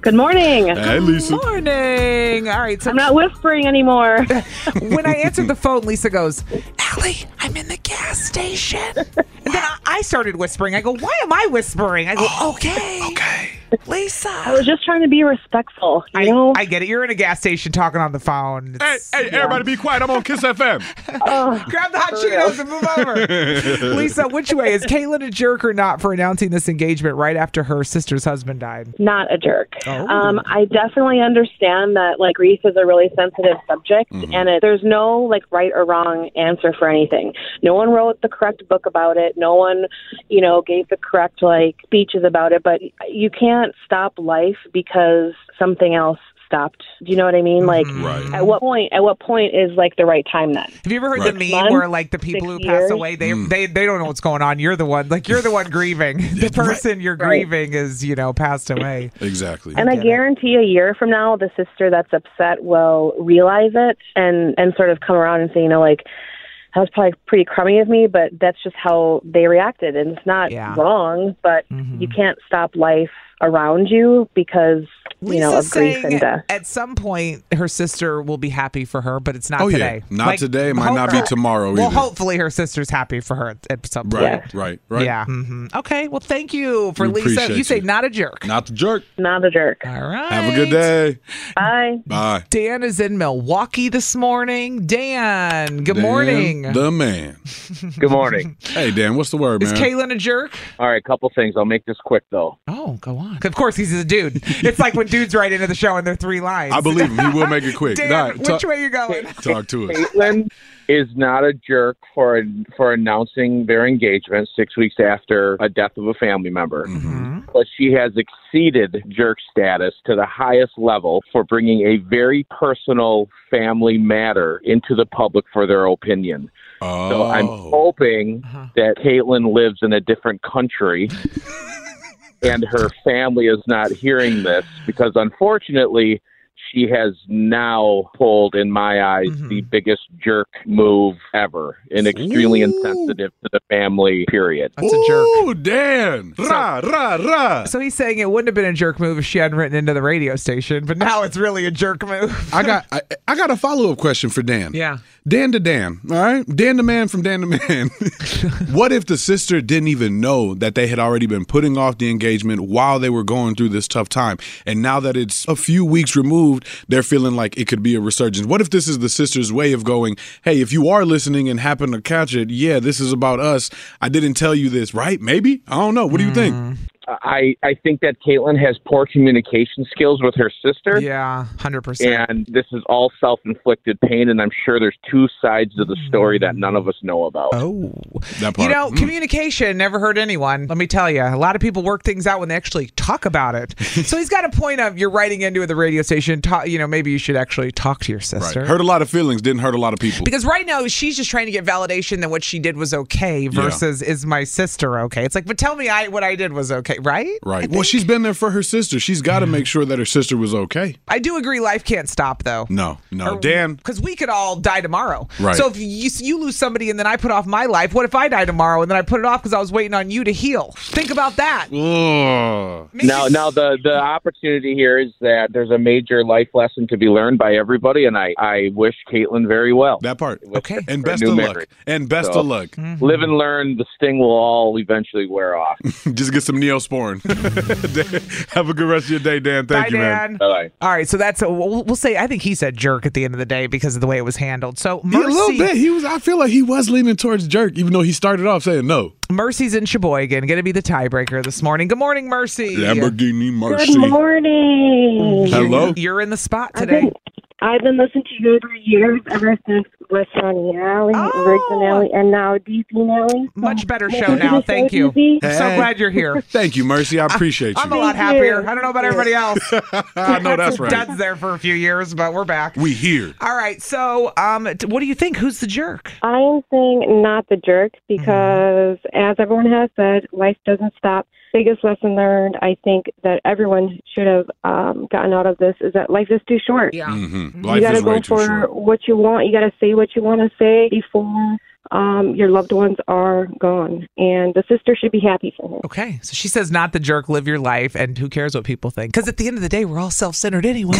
Speaker 5: Good morning.
Speaker 4: Hey, Lisa.
Speaker 3: Good morning. All right. So
Speaker 5: I'm not whispering anymore.
Speaker 3: when I answered the phone, Lisa goes, "Allie, I'm in the gas station." And then I, I started whispering. I go, "Why am I whispering?" I go,
Speaker 4: Oh,
Speaker 3: "Okay, okay, Lisa." I
Speaker 5: was just trying to be respectful. You
Speaker 3: I,
Speaker 5: know?
Speaker 3: I get it. You're in a gas station talking on the phone.
Speaker 4: Hey, hey, everybody be quiet. I'm on Kiss FM.
Speaker 3: Grab the hot Cheetos and move
Speaker 4: Mm-hmm.
Speaker 3: over. Lisa, which way is Caitlin a jerk or not for announcing this engagement right after her sister's husband died?
Speaker 5: not a jerk.
Speaker 3: Oh.
Speaker 5: Um, I definitely understand that like grief is a really sensitive subject, and it, there's no like right or wrong answer for anything. No one wrote the correct book about it. No one, you know, gave the correct like speeches about it. But you can't stop life because something else stopped. Do you know what I mean? Like, at what point? At what point is like the right time then?
Speaker 3: Have you ever heard
Speaker 5: Right.
Speaker 3: the meme
Speaker 5: Months,
Speaker 3: where like the people who
Speaker 5: six
Speaker 3: pass
Speaker 5: years.
Speaker 3: away, they,
Speaker 4: Mm.
Speaker 3: they they don't know what's going on. You're the one, like you're the one grieving. The person you're grieving is you know passed away.
Speaker 4: Exactly.
Speaker 5: And I guarantee a year from now, the sister that's upset will realize it and and sort of come around and say, you know, like that was probably pretty crummy of me, but that's just how they reacted, and it's not
Speaker 3: Yeah.
Speaker 5: wrong. But you can't stop life around you because you know of
Speaker 3: Lisa's
Speaker 5: grief and
Speaker 3: saying
Speaker 5: death.
Speaker 3: at some point her sister will be happy for her, but it's not
Speaker 4: Oh, yeah.
Speaker 3: today.
Speaker 4: Not today, might not be tomorrow
Speaker 3: Well,
Speaker 4: either.
Speaker 3: hopefully her sister's happy for her at- at some point.
Speaker 4: Right, right, right.
Speaker 3: Yeah. hmm Okay. Well, thank you for
Speaker 4: We
Speaker 3: Lisa.
Speaker 4: appreciate
Speaker 3: You say
Speaker 4: you.
Speaker 3: not a jerk.
Speaker 4: Not the jerk.
Speaker 5: Not a jerk.
Speaker 3: All right.
Speaker 4: Have a good day.
Speaker 5: Bye.
Speaker 4: Bye.
Speaker 3: Dan is in Milwaukee this morning. Dan, good
Speaker 4: Dan,
Speaker 3: morning.
Speaker 4: The man.
Speaker 11: Good morning.
Speaker 4: Hey, Dan, what's the word,
Speaker 3: is
Speaker 4: man?
Speaker 3: Kaylin a jerk?
Speaker 11: All right, couple things. I'll make this quick though.
Speaker 3: Oh, go on. Of course, he's a dude. It's like when dudes write into the show and they're three lines.
Speaker 4: I believe him. He will make it quick.
Speaker 3: Dan,
Speaker 4: All right,
Speaker 3: which
Speaker 4: talk-
Speaker 3: way you going?
Speaker 4: Talk to us.
Speaker 11: Caitlin is not a jerk for for announcing their engagement six weeks after a death of a family member,
Speaker 4: Mm-hmm.
Speaker 3: Mm-hmm.
Speaker 11: but she has exceeded jerk status to the highest level for bringing a very personal family matter into the public for their opinion. So I'm hoping that Caitlin lives in a different country and her family is not hearing this because unfortunately she has now pulled, in my eyes, the biggest jerk move ever and extremely insensitive to the family, period.
Speaker 3: That's a jerk.
Speaker 4: Ooh, Dan. Rah, rah, rah.
Speaker 3: So he's saying it wouldn't have been a jerk move if she hadn't written into the radio station, but now it's really a jerk move.
Speaker 4: I got I, I got a follow up question for Dan.
Speaker 3: Yeah.
Speaker 4: Dan to Dan. All right. Dan to man from Dan to man. what if the sister didn't even know that they had already been putting off the engagement while they were going through this tough time? And now that it's a few weeks removed, they're feeling like it could be a resurgence. What if this is the sister's way of going, hey, if you are listening and happen to catch it, yeah, this is about us. I didn't tell you this, right? Maybe? I don't know. What do you think?
Speaker 11: I, I think that Caitlyn has poor communication skills with her sister.
Speaker 3: Yeah, 100%.
Speaker 11: And this is all self inflicted pain, and I'm sure there's two sides to the story that none of us know about.
Speaker 3: Mm. Oh,
Speaker 4: that Mm.
Speaker 3: You know, communication never hurt anyone. Let me tell you, a lot of people work things out when they actually talk about it. so he's got a point of you're writing into the radio station. Ta- you know, maybe you should actually talk to your
Speaker 4: Right.
Speaker 3: sister.
Speaker 4: Hurt a lot of feelings, didn't hurt a lot of people.
Speaker 3: Because right now she's just trying to get validation that what she did was okay versus is my sister okay? It's like, but tell me I what I did was okay, right?
Speaker 4: Right. Well, she's been there for her sister. She's got to make sure that her sister was okay.
Speaker 3: I do agree life can't stop though.
Speaker 4: No, no. Dan,
Speaker 3: Because we could all die tomorrow.
Speaker 4: Right.
Speaker 3: So if you, you lose somebody and then I put off my life, what if I die tomorrow and then I put it off because I was waiting on you to heal? Think about that.
Speaker 4: Mm.
Speaker 11: Now, now the, the opportunity here is that there's a major life lesson to be learned by everybody, and I, I wish Caitlyn very well.
Speaker 4: that part.
Speaker 3: Okay. Mm-hmm.
Speaker 4: And
Speaker 11: her
Speaker 4: best
Speaker 11: new
Speaker 4: of luck.
Speaker 11: marriage.
Speaker 4: And best
Speaker 11: So-
Speaker 4: of luck.
Speaker 11: Live and learn. The sting will all eventually wear off.
Speaker 4: Just get some neosporin. Have a good rest of your day, Dan. Thank
Speaker 3: Bye,
Speaker 4: you, man.
Speaker 3: Dan.
Speaker 11: Bye.
Speaker 3: All right, so that's a, we'll, we'll say. I think he said jerk at the end of the day because of the way it was handled. So
Speaker 4: Yeah,
Speaker 3: mercy,
Speaker 4: a little bit. He was. I feel like he was leaning towards jerk, even though he started off saying Eh, no.
Speaker 3: Mercy's in Sheboygan, going to be the tiebreaker this morning. Good morning, Mercy.
Speaker 4: Lamborghini Mercy.
Speaker 5: Good morning.
Speaker 4: Hello.
Speaker 3: You're in the spot today.
Speaker 5: I've been listening to you for years, ever since West Shawnee Alley, Virgin Alley, and now DC Alley.
Speaker 3: Oh! Much better show now. Thank you. I'm so
Speaker 4: Hey.
Speaker 3: glad you're here.
Speaker 4: Thank you, Mercy. I appreciate
Speaker 3: I'm a
Speaker 4: you.
Speaker 3: lot happier. I don't know about everybody else.
Speaker 4: I know that's right.
Speaker 3: Dad's there for a few years, but we're back.
Speaker 4: We here.
Speaker 3: All right, so um, t- what do you think? Who's the jerk?
Speaker 5: I am saying not the jerk because, as everyone has said, life doesn't stop. Biggest lesson learned, I think, that everyone should have um, gotten out of this is that life is too short.
Speaker 4: hmm
Speaker 5: you
Speaker 4: Life
Speaker 5: got to
Speaker 4: is
Speaker 5: go
Speaker 4: way too
Speaker 5: for
Speaker 4: short.
Speaker 5: what you want. You got to say what you want to say before um, your loved ones are gone. And the sister should be happy for her.
Speaker 3: Okay, so she says not the jerk. Live your life, and who cares what people think? Because at the end of the day, we're all self-centered anyway.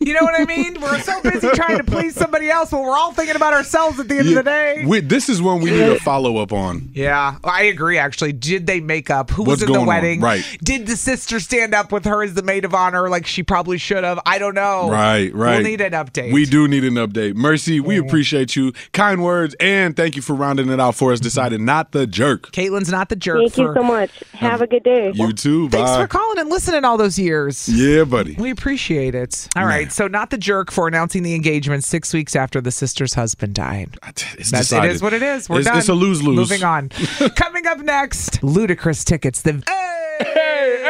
Speaker 3: you know what I mean? We're so busy trying to please somebody else, but we're all thinking about ourselves at the end
Speaker 4: Yeah.
Speaker 3: of the day.
Speaker 4: We- this is one we need a follow up on.
Speaker 3: Yeah, I agree. Actually, did they make up? Who
Speaker 4: What's
Speaker 3: was in
Speaker 4: going
Speaker 3: the
Speaker 4: on?
Speaker 3: wedding?
Speaker 4: Right.
Speaker 3: Did the sister stand up with her as the maid of honor, like she probably should have? I don't know.
Speaker 4: Right, right.
Speaker 3: Oh, We'll need an update. Mm.
Speaker 4: We do need an update. Mercy, we appreciate you. Kind words, and thank you for rounding it out for us, deciding not the jerk.
Speaker 3: Caitlin's not the jerk.
Speaker 5: Thank
Speaker 3: for,
Speaker 5: you so much. Have a good day.
Speaker 4: You too.
Speaker 3: Thanks
Speaker 4: Bye.
Speaker 3: for calling and listening all those years.
Speaker 4: yeah, buddy.
Speaker 3: We appreciate it. All right, so not the jerk for announcing the engagement six weeks after the sister's husband died.
Speaker 4: It's
Speaker 3: That's, it
Speaker 4: decided.
Speaker 3: is what it is. We're
Speaker 4: it's,
Speaker 3: done.
Speaker 4: It's a lose lose.
Speaker 3: Moving on. Coming up next, ludicrous tickets. The
Speaker 4: Hey.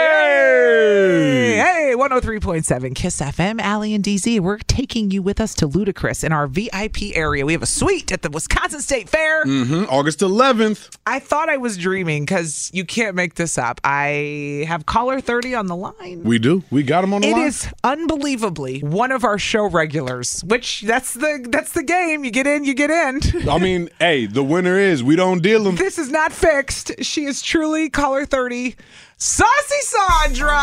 Speaker 3: Hey, 103.7 Kiss FM, Allie and DZ. We're taking you with us to Ludicrous in our VIP area. We have a suite at the Wisconsin State Fair.
Speaker 4: Mhm, August 11th.
Speaker 3: I thought I was dreaming because you can't make this up. I have caller 30 on the line.
Speaker 4: We do. We got him on the
Speaker 3: It
Speaker 4: line.
Speaker 3: is unbelievably one of our show regulars, which that's the that's the game. You get in, you get in.
Speaker 4: I mean, hey, the winner is we don't deal him.
Speaker 3: This is not fixed. She is truly caller 30, Saucy Sandra.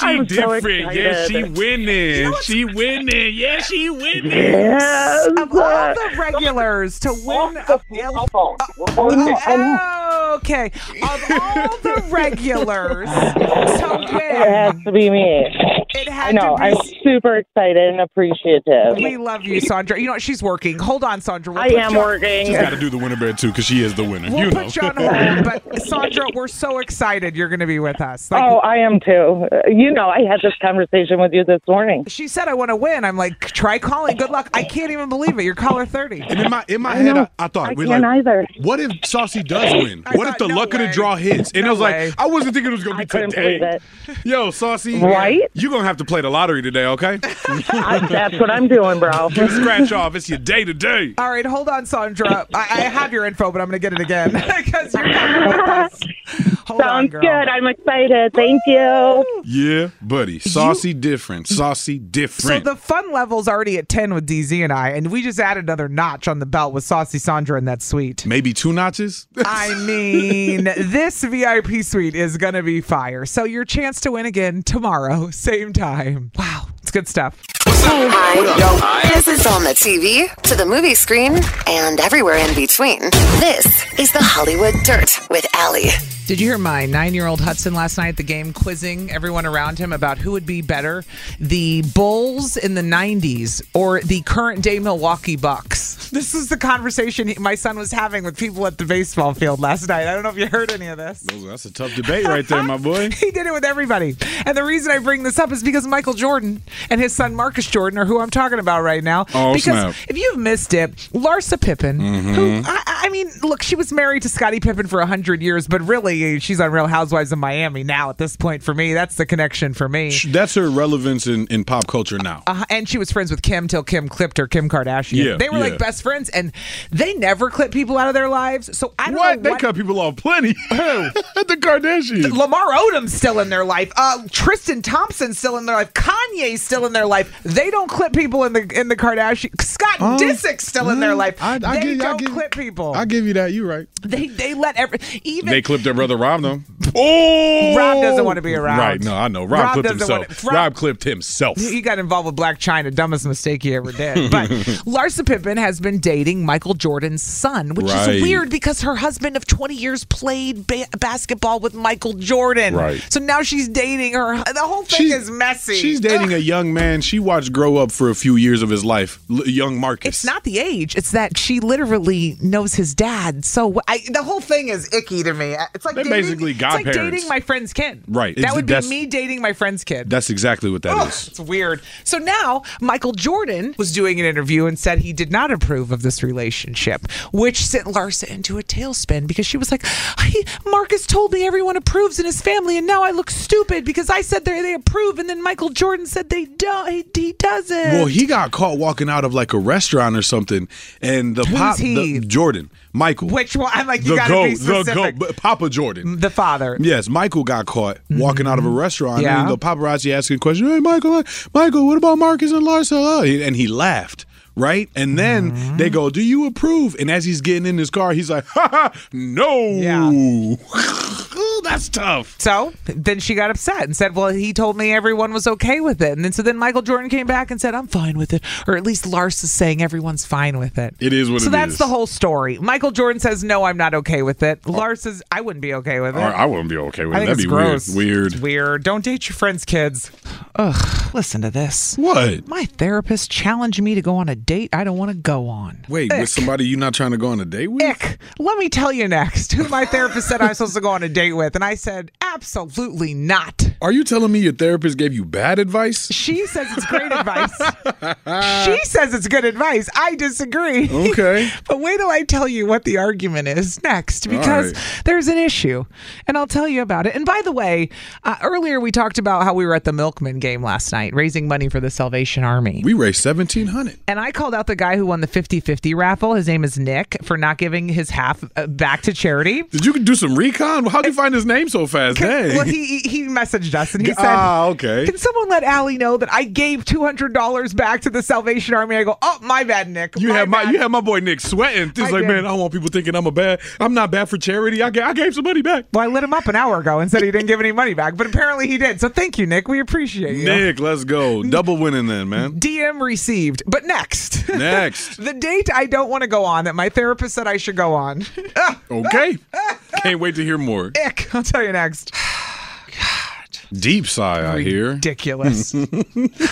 Speaker 10: She different. yeah, she
Speaker 5: excited.
Speaker 10: winning. She winning. Yeah, she winning.
Speaker 5: Yes.
Speaker 3: Of all the regulars to win a Okay. Of all the regulars to
Speaker 7: It has
Speaker 3: win,
Speaker 7: to be me.
Speaker 3: it
Speaker 7: I
Speaker 3: had
Speaker 7: know. I'm
Speaker 3: to be.
Speaker 7: super excited and appreciative.
Speaker 3: We love you, Sandra. You know what? She's working. Hold on, Sandra. We'll
Speaker 7: I
Speaker 3: put
Speaker 7: am
Speaker 3: you-
Speaker 7: working.
Speaker 4: She's got to do the winner bed too, because she is the winner.
Speaker 3: We'll
Speaker 4: you know.
Speaker 3: put you on hold. But Sandra, we're so excited you're going to be with us. Like,
Speaker 7: Oh, I am too. Uh, You know, I had this conversation with you this morning.
Speaker 3: She said, I want to win. I'm like, try calling. Good luck. I can't even believe it. You're caller 30.
Speaker 4: and in my in my head, I, I thought
Speaker 7: I
Speaker 4: we
Speaker 7: can't
Speaker 4: like,
Speaker 7: either.
Speaker 4: what if Saucy does win?
Speaker 3: I
Speaker 4: what if the
Speaker 3: thought, no
Speaker 4: luck of
Speaker 3: way.
Speaker 4: the draw hits? And
Speaker 3: No
Speaker 4: I was
Speaker 3: way.
Speaker 4: like, I wasn't thinking it was gonna be
Speaker 7: I couldn't believe
Speaker 4: today.
Speaker 7: it.
Speaker 4: Yo, Saucy,
Speaker 7: Right?
Speaker 4: You're gonna have to play the lottery today, okay?
Speaker 7: I, that's what I'm doing, bro.
Speaker 4: Scratch off. It's your day today.
Speaker 3: All right, hold on, Sandra. I, I have your info, but I'm going to get it again because you're coming with us.
Speaker 12: Sounds good. I'm excited. Thank you.
Speaker 4: Yeah, buddy. Saucy different. Saucy different.
Speaker 3: So the fun level's already at 10 with DZ and I, and we just added another notch on the belt with Saucy Sandra and that suite.
Speaker 4: Maybe two notches?
Speaker 3: I mean, this VIP suite is going to be fire. So your chance to win again tomorrow, same time. Wow, it's good stuff.
Speaker 2: This is on the TV, to the movie screen, and everywhere in between. This is the Hollywood Dirt with Allie.
Speaker 3: Did you hear my nine year old Hudson last night at the game quizzing everyone around him about who would be better, the Bulls in the 90s or the current day Milwaukee Bucks? This is the conversation he, my son was having with people at the baseball field last night. I don't know if you heard any of this.
Speaker 4: Those- That's a tough debate right there, my boy.
Speaker 3: He did it with everybody. And the reason I bring this up is because Michael Jordan and his son Marcus Jordan are who I'm talking about right now.
Speaker 4: Oh,
Speaker 3: because
Speaker 4: snap.
Speaker 3: if you've missed it, Larsa Pippen, who
Speaker 4: Mhm.
Speaker 3: I, I mean, look, she was married to Scottie Pippen for 100 years, but really she's on Real Housewives of Miami now at this point for me. That's the connection for me.
Speaker 4: That's her relevance in, in pop culture now.
Speaker 3: Uh, and she was friends with Kim till Kim clipped her, Kim Kardashian.
Speaker 4: Yeah,
Speaker 3: they were
Speaker 4: yeah.
Speaker 3: like best friends, and they never clip people out of their lives. So I don't know
Speaker 4: What? They
Speaker 3: what-
Speaker 4: cut people off plenty. the Kardashians.
Speaker 3: Lamar Odom's still in their life. Uh, Tristan Thompson's still in their life. Kanye's still in their life. They don't clip people in the in the Kardashian. Scott
Speaker 4: Oh,
Speaker 3: Disick's still in their
Speaker 4: yeah.
Speaker 3: life.
Speaker 4: I- I
Speaker 3: they
Speaker 4: give- I
Speaker 3: don't
Speaker 4: give-
Speaker 3: clip people.
Speaker 4: I give you that. You right.
Speaker 3: They they let every even
Speaker 4: They clipped their brother Rob though. Oh,
Speaker 3: Rob doesn't want to be around.
Speaker 4: Right? No, I know. Rob,
Speaker 3: Rob
Speaker 4: clipped
Speaker 3: doesn't
Speaker 4: himself.
Speaker 3: wanna-
Speaker 4: Rob,
Speaker 3: Rob-
Speaker 4: clipped himself.
Speaker 3: He got involved with Black China, dumbest mistake he ever did. But Larsa Pippen has been dating Michael Jordan's son, which
Speaker 4: Right.
Speaker 3: is weird because her husband of 20 years played ba- basketball with Michael Jordan.
Speaker 4: Right.
Speaker 3: So now she's dating her. The whole thing is messy.
Speaker 4: She's dating a young man she watched grow up for a few years of his life. L- young Marcus.
Speaker 3: It's not the age. It's that she literally knows his dad. So I, the whole thing is icky to me. It's like
Speaker 4: They're
Speaker 3: dating,
Speaker 4: basically
Speaker 3: it's like
Speaker 4: godparents.
Speaker 3: dating my friend's kid.
Speaker 4: Right.
Speaker 3: That
Speaker 4: It's-
Speaker 3: would be
Speaker 4: that's-
Speaker 3: me dating my friend's kid.
Speaker 4: That's exactly what that is.
Speaker 3: Ugh, It's weird. So now Michael Jordan was doing an interview and said he did not approve of this relationship, which sent Larsa into a tailspin because she was like, "He- Marcus told me everyone approves in his family, and now I look stupid because I said they they approve, and then Michael Jordan said they don't. He, he doesn't.
Speaker 4: Well, he got caught walking out of like a restaurant or something, and the
Speaker 3: Who's
Speaker 4: pop
Speaker 3: he?
Speaker 4: the- Jordan Michael.
Speaker 3: Which one? I'm like, you
Speaker 4: the
Speaker 3: gotta
Speaker 4: goat,
Speaker 3: be
Speaker 4: the goat,
Speaker 3: specific.
Speaker 4: but Papa Jordan,
Speaker 3: the father. Mm-hmm.
Speaker 4: Yes, Michael got caught walking out of a restaurant,
Speaker 3: Yeah.
Speaker 4: and the paparazzi asking question, "Hey, Michael, uh, Michael, what about Marcus and Larsa?" Uh, And he laughed. Right, and then
Speaker 3: Mm-hmm.
Speaker 4: they go, "Do you approve?" And as he's getting in his car, he's like, "Ha ha, no." That's tough.
Speaker 3: So then she got upset and said, Well, he told me everyone was okay with it. And then so then Michael Jordan came back and said, I'm fine with it. Or at least Lars is saying everyone's fine with it.
Speaker 4: It is what
Speaker 3: so
Speaker 4: it
Speaker 3: that's
Speaker 4: is.
Speaker 3: the whole story. Michael Jordan says, No, I'm not okay with it. Lars says, I wouldn't be okay with it.
Speaker 4: Or I wouldn't be okay with
Speaker 3: I
Speaker 4: it.
Speaker 3: think
Speaker 4: That'd
Speaker 3: it's
Speaker 4: be
Speaker 3: gross.
Speaker 4: weird.
Speaker 3: Weird. Weird. Don't date your friends' kids. Ugh, listen to this.
Speaker 4: What?
Speaker 3: My therapist challenged me to go on a date I don't want to go on.
Speaker 4: Wait, with somebody you're not trying to go on a date with?
Speaker 3: Let me tell you next who my therapist said I'm supposed to go on a date with. And I said, Absolutely not.
Speaker 4: Are you telling me your therapist gave you bad advice?
Speaker 3: She says it's great advice. she says it's good advice. I disagree.
Speaker 4: Uh, Okay.
Speaker 3: but wait till I tell you what the argument is next
Speaker 4: All
Speaker 3: because
Speaker 4: right.
Speaker 3: there's an issue and I'll tell you about it. And by the way, uh, earlier we talked about how we were at the Milkman game last night raising money for the Salvation Army.
Speaker 4: We raised 1700
Speaker 3: And I called out the guy who won the 50 50 raffle. His name is Nick for not giving his half uh, back to charity.
Speaker 4: Did you do some recon? How'd you find his name so fast? Dang.
Speaker 3: Well, he he messaged us and he said,
Speaker 4: Ah, okay.
Speaker 3: Can someone let Allie know that I gave two hundred dollars back to the Salvation Army?" I go, "Oh, my bad, Nick.
Speaker 4: you had my you had my boy Nick sweating. He's
Speaker 3: I
Speaker 4: like,
Speaker 3: did.
Speaker 4: man, I don't want people thinking I'm a bad. I'm not bad for charity. I, ga- I gave some money back.
Speaker 3: Well, I lit him up an hour ago and said he didn't give any money back, but apparently he did. So thank you, Nick. We appreciate you.
Speaker 4: Nick, let's go. Double winning then, man.
Speaker 3: DM received. But next,
Speaker 4: Next.
Speaker 3: the date I don't want to go on that my therapist said I should go on.
Speaker 4: Okay. Can't wait to hear more.
Speaker 3: Ick. I'll tell you next.
Speaker 4: Deep sigh, I hear.
Speaker 3: Ridiculous.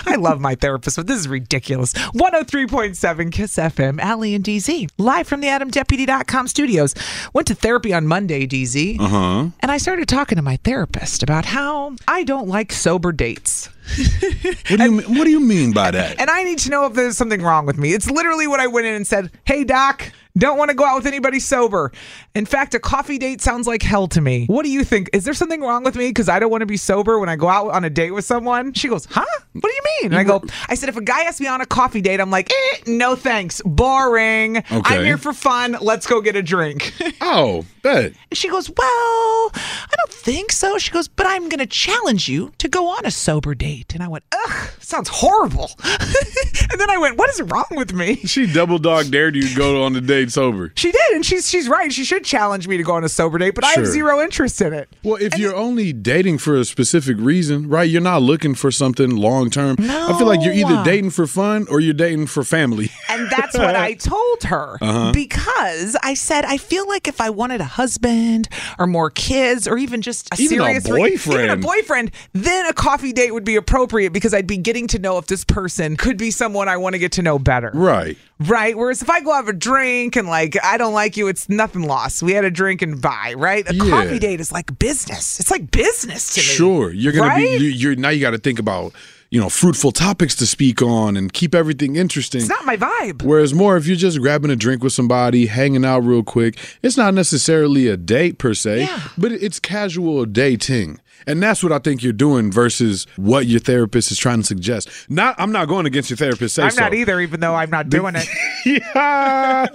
Speaker 3: I love my therapist, but this is ridiculous. 103.7 Kiss FM, Allie and DZ, live from the AdamDeputy.com studios. Went to therapy on Monday, DZ,
Speaker 4: Uh huh.
Speaker 3: and I started talking to my therapist about how I don't like sober dates.
Speaker 4: What do you mean- What do you mean by that?
Speaker 3: And I need to know if there's something wrong with me. It's literally what I went in and said, Hey, doc, Don't want to go out with anybody sober. In fact, a coffee date sounds like hell to me. What do you think? Is there something wrong with me because I don't want to be sober when I go out on a date with someone? She goes, huh? What do you mean? And I go, I said, if a guy asks me on a coffee date, I'm like, eh, no thanks. Boring. I'm
Speaker 4: Okay.
Speaker 3: here for fun. Let's go get a drink.
Speaker 4: Oh, bet.
Speaker 3: And she goes, Well, I don't think so. She goes, But I'm going to challenge you to go on a sober date. And I went, Ugh, sounds horrible. and then I went, What is wrong with me?
Speaker 4: She double dog dared you to go on the date sober.
Speaker 3: She did. And she's, she's right. She should challenge me to go on a sober date, but I have
Speaker 4: Sure.
Speaker 3: zero interest in it.
Speaker 4: Well, if you're only dating for a specific reason, right? You're not looking for something long term. I feel like you're
Speaker 3: No.
Speaker 4: either dating for fun or you're dating for family.
Speaker 3: And that's what I told her
Speaker 4: Uh-huh.
Speaker 3: because I said I feel like if I wanted a husband or more kids or even just a
Speaker 4: Even a
Speaker 3: serious re- even a
Speaker 4: boyfriend.
Speaker 3: boyfriend, then a coffee date would be appropriate because I'd be getting to know if this person could be someone I want to get to know better.
Speaker 4: Right.
Speaker 3: Right. Whereas if I go have a drink and like I don't like you, it's nothing lost. We had a drink and bye. Right. A
Speaker 4: Yeah.
Speaker 3: coffee date is like business. It's like business to me.
Speaker 4: Sure, you're gonna
Speaker 3: Right?
Speaker 4: be. You, you're now. You got to think about you know fruitful topics to speak on and keep everything interesting.
Speaker 3: It's not my vibe.
Speaker 4: Whereas more, if you're just grabbing a drink with somebody, hanging out real quick, it's not necessarily a date per se, but it's casual dating. And that's what I think you're doing versus what your therapist is trying to suggest. Not, I'm not going against your therapist. Say
Speaker 3: I'm
Speaker 4: so.
Speaker 3: not either, even though I'm not doing it.
Speaker 4: yeah,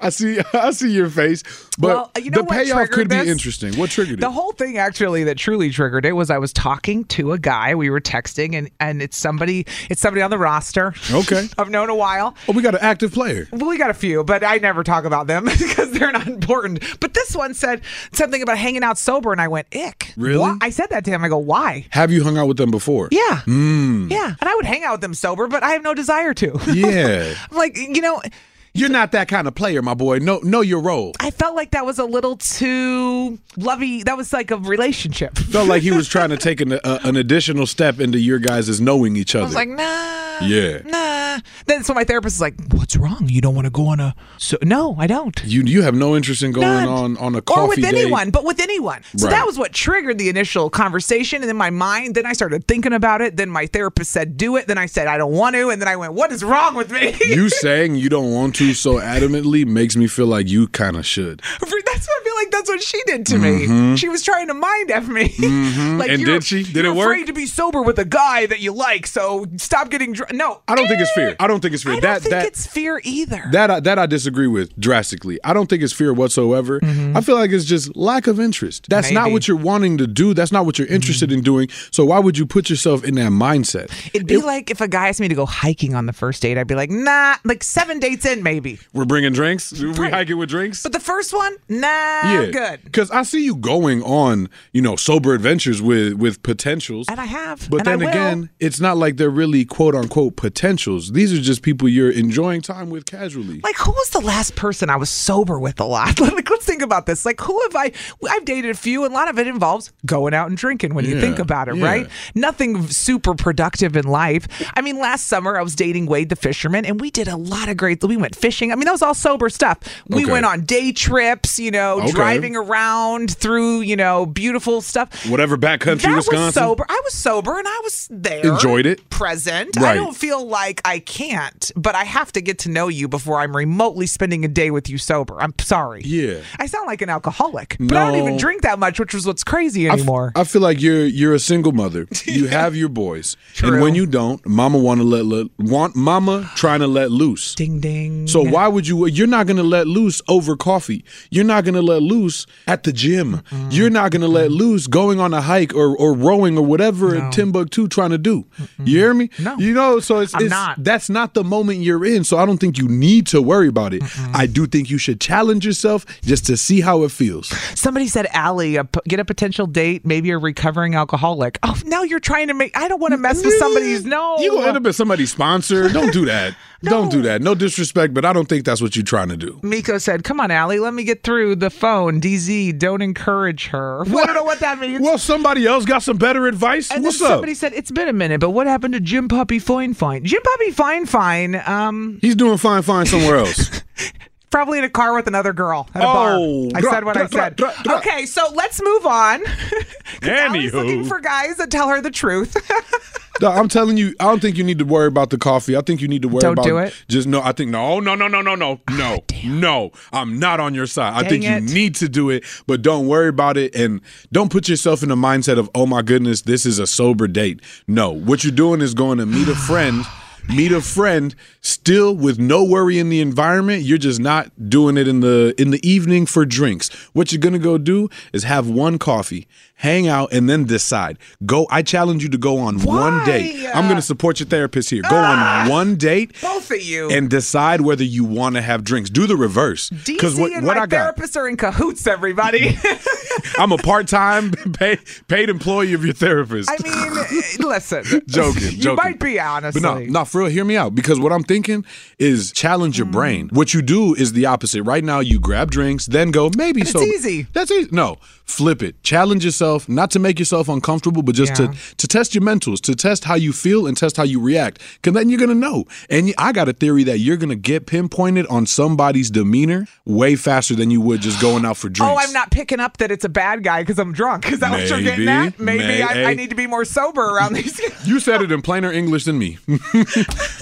Speaker 4: I see. I see your face, but
Speaker 3: Well, you know
Speaker 4: the
Speaker 3: what
Speaker 4: payoff
Speaker 3: triggered
Speaker 4: could be
Speaker 3: this?
Speaker 4: interesting. What triggered
Speaker 3: The
Speaker 4: it?
Speaker 3: whole thing actually that truly triggered it was I was talking to a guy. We were texting and and it's somebody it's somebody on the roster.
Speaker 4: Okay.
Speaker 3: I've known a while.
Speaker 4: Oh, we got an active player.
Speaker 3: Well, we got a few, but I never talk about them because they're not important. But this one said something about hanging out sober and I went, ick.
Speaker 4: Really?
Speaker 3: Why- I said that to him. I go, why?
Speaker 4: Have you hung out with them before?
Speaker 3: Yeah.
Speaker 4: Mm.
Speaker 3: Yeah. And I would hang out with them sober, but I have no desire to.
Speaker 4: Yeah.
Speaker 3: I'm like, you know,
Speaker 4: You're not that kind of player, my boy. Know know your role.
Speaker 3: I felt like that was a little too lovey. That was like a relationship.
Speaker 4: Felt like he was trying to take an, a, an additional step into your guys' as knowing each
Speaker 3: I
Speaker 4: other.
Speaker 3: was like, nah.
Speaker 4: yeah.
Speaker 3: nah. Then so my therapist is like, "What's wrong? You don't want to go on a so?" No, I don't.
Speaker 4: You you have no interest in going
Speaker 3: None.
Speaker 4: on on a coffee
Speaker 3: Or with
Speaker 4: date.
Speaker 3: anyone, but with anyone. So
Speaker 4: Right.
Speaker 3: that was what triggered the initial conversation, and then my mind. Then I started thinking about it. Then my therapist said, "Do it." Then I said, "I don't want to," and then I went, "What is wrong with me?"
Speaker 4: you saying you don't want to so adamantly makes me feel like you kind of should.
Speaker 3: that's what I feel like. That's what she did to me.
Speaker 4: Mhm.
Speaker 3: She was trying to mind f me.
Speaker 4: Mhm. And
Speaker 3: you're-
Speaker 4: did she? Did
Speaker 3: you're
Speaker 4: it work?
Speaker 3: Afraid to be sober with a guy that you like, so stop getting drunk. No,
Speaker 4: I don't think it's fear. I don't think it's fear.
Speaker 3: I don't
Speaker 4: that
Speaker 3: think
Speaker 4: that
Speaker 3: it's fear either.
Speaker 4: that I, that I disagree with drastically. I don't think it's fear whatsoever. I feel like it's just lack of interest. That's not
Speaker 3: Mm-hmm. Maybe. Mm-hmm.
Speaker 4: what you're wanting to do. That's not what you're interested in doing. So why would you put yourself in that mindset?
Speaker 3: It'd be like if a guy asked me to go hiking on the first date, I'd be like, nah, like seven dates in, maybe.
Speaker 4: We're bringing drinks. We
Speaker 3: Right.
Speaker 4: hike it with drinks.
Speaker 3: But the first one, nah, I'm Uh, good.
Speaker 4: Because I see you going on, you know, sober adventures with with potentials.
Speaker 3: And I have.
Speaker 4: But
Speaker 3: and I
Speaker 4: then
Speaker 3: will.
Speaker 4: again, it's not like they're really quote unquote potentials. These are just people you're enjoying time with casually.
Speaker 3: like who was the last person I was sober with a lot? like let's think about this. Like who have I? I've dated a few, and a lot of it involves going out and drinking. When you
Speaker 13: Yeah,
Speaker 3: think about it,
Speaker 13: yeah.
Speaker 3: right? Nothing super productive in life. I mean, last summer I was dating Wade the fisherman, and we did a lot of great. We went fishing. I mean, that was all sober stuff. We
Speaker 13: Okay.
Speaker 3: went on day trips. You know,
Speaker 4: Okay.
Speaker 3: driving around through you know beautiful stuff.
Speaker 4: Whatever backcountry
Speaker 3: that
Speaker 4: Wisconsin.
Speaker 3: was sober. I was sober and I was there.
Speaker 4: Enjoyed it.
Speaker 3: Present. I
Speaker 4: Right.
Speaker 3: don't feel like I can't, but I have to get to know you before I'm remotely spending a day with you sober. I'm sorry.
Speaker 4: Yeah.
Speaker 3: I sound like an alcoholic, but I don't even
Speaker 4: No.
Speaker 3: drink that much, which was what's crazy anymore.
Speaker 4: I feel like you're you're a single mother. You have your boys, and when you don't, mama want to let, let want mama trying to let loose.
Speaker 3: Ding ding.
Speaker 4: So why would you? You're not going to let loose over coffee. You're not going to let loose at the gym. You're not going to let loose going on a hike or or rowing or whatever in Timbuktu trying to do. You hear me? No. You know. So it's,
Speaker 3: I'm
Speaker 4: it's-
Speaker 3: not.
Speaker 4: That's not the moment you're in. So I don't think you need to worry about it. I do think you should challenge yourself just to see how it feels.
Speaker 3: Somebody said, Allie, a p get a potential date, maybe a recovering alcoholic. Oh, now you're trying to make, I don't want to mess with somebody's, no.
Speaker 4: You gonna end up as somebody's sponsor? Don't do that. Don't do that. No disrespect, but I don't think that's what you're trying to do.
Speaker 3: Miko said, Come on, Allie, let me get through the phone. DZ, don't encourage her. I don't know what that means.
Speaker 4: Well, somebody else got some better advice.
Speaker 3: And
Speaker 4: What's
Speaker 3: then
Speaker 4: up?
Speaker 3: somebody said, It's been a minute, but what happened to Jim Puppy Fine Fine? Jim Puppy Fine Fine, um,
Speaker 4: He's doing fine, fine somewhere else.
Speaker 3: probably in a car with another girl at a
Speaker 4: Oh,
Speaker 3: bar. I
Speaker 4: dra-
Speaker 3: said what I
Speaker 4: dra- dra-
Speaker 3: said. Okay, so let's move on. 'Cause Allie's looking for guys that tell her the truth.
Speaker 4: No, I'm telling you, I don't think you need to worry about the coffee. I think you need to worry
Speaker 3: Don't
Speaker 4: about
Speaker 3: do it?
Speaker 4: just no. I think no, no, no, no, no, no, no, no. I'm not on your side. I
Speaker 3: Ah, Dang
Speaker 4: think
Speaker 3: it.
Speaker 4: you need to do it, but don't worry about it and don't put yourself in the mindset of oh my goodness, this is a sober date. No, what you're doing is going to meet a friend. Meet a friend still with no worry in the environment. You're just not doing it in the in the evening for drinks. What you're gonna go do is have one coffee, hang out, and then decide. Go. I challenge you to go on one date. I'm gonna support your therapist here. Go
Speaker 3: Ah.
Speaker 4: on one date
Speaker 3: Both of you.
Speaker 4: and decide whether you want to have drinks. Do the reverse.
Speaker 3: DC and my therapists are in cahoots, everybody.
Speaker 4: I'm a part time pay, paid employee of your therapist.
Speaker 3: I mean, listen.
Speaker 4: joking,
Speaker 3: You
Speaker 4: joking.
Speaker 3: might be, honestly.
Speaker 4: But no, no, for real, hear me out. Because what I'm thinking is challenge
Speaker 3: Mm.
Speaker 4: your brain. What you do is the opposite. Right now, you grab drinks, then go, maybe
Speaker 3: And it's
Speaker 4: so.
Speaker 3: easy.
Speaker 4: That's easy. No, flip it. Challenge yourself, not to make yourself uncomfortable, but just
Speaker 3: Yeah.
Speaker 4: to, to test your mentals, to test how you feel and test how you react. Because then you're going to know. And you- I got a theory that you're going to get pinpointed on somebody's demeanor way faster than you would just going out for drinks.
Speaker 3: Oh, I'm not picking up that it's a bad guy because I'm drunk. Is that what you're getting
Speaker 4: Maybe,
Speaker 3: at? Maybe I, I
Speaker 4: may-
Speaker 3: need to be more sober around these.
Speaker 4: You said it in plainer English than me.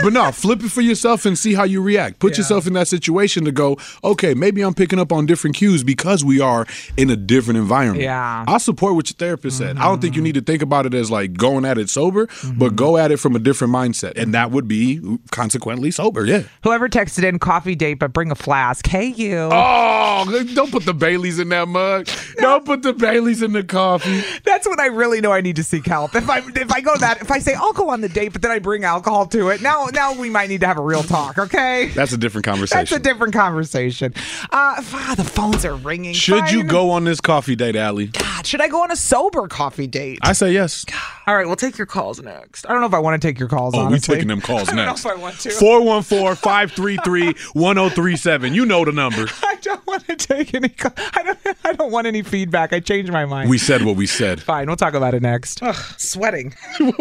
Speaker 4: but no, flip it for yourself and see how you react. Put yourself in that situation to go, okay, maybe I'm picking up on different cues because we are in a different environment.
Speaker 3: Yeah. Mm-hmm.
Speaker 4: I support what your therapist said. I don't think you need to think about it as like going at it sober, but go at it from a different mindset. And that would be consequently sober. Yeah.
Speaker 3: Whoever texted in coffee date, but bring a flask. Hey, you.
Speaker 4: Oh, don't put the Baileys in that mug. Don't put the Baileys in the coffee.
Speaker 3: That's when I really know I need to seek help. If I if I go that if I say I'll go on the date, but then I bring alcohol to it. Now now we might need to have a real talk. Okay.
Speaker 4: That's a different
Speaker 3: That's
Speaker 4: conversation.
Speaker 3: a different conversation. Uh, f- ah, the phones are ringing.
Speaker 4: Should you
Speaker 3: Fine.
Speaker 4: go on this coffee date, Allie?
Speaker 3: God, should I go on a sober coffee date?
Speaker 4: I say yes.
Speaker 3: All right, we'll take your calls next. I don't know if I want to take your calls.
Speaker 4: Oh, we
Speaker 3: honestly.
Speaker 4: taking them calls
Speaker 3: I don't
Speaker 4: next.
Speaker 3: know if I want to.
Speaker 4: 414 533 1037. You know the number.
Speaker 3: I don't want to take any. Call- I don't. I don't want any feedback. I changed my mind.
Speaker 4: We said what we said.
Speaker 3: Fine, we'll talk about it next. Ugh, sweating.
Speaker 4: Why?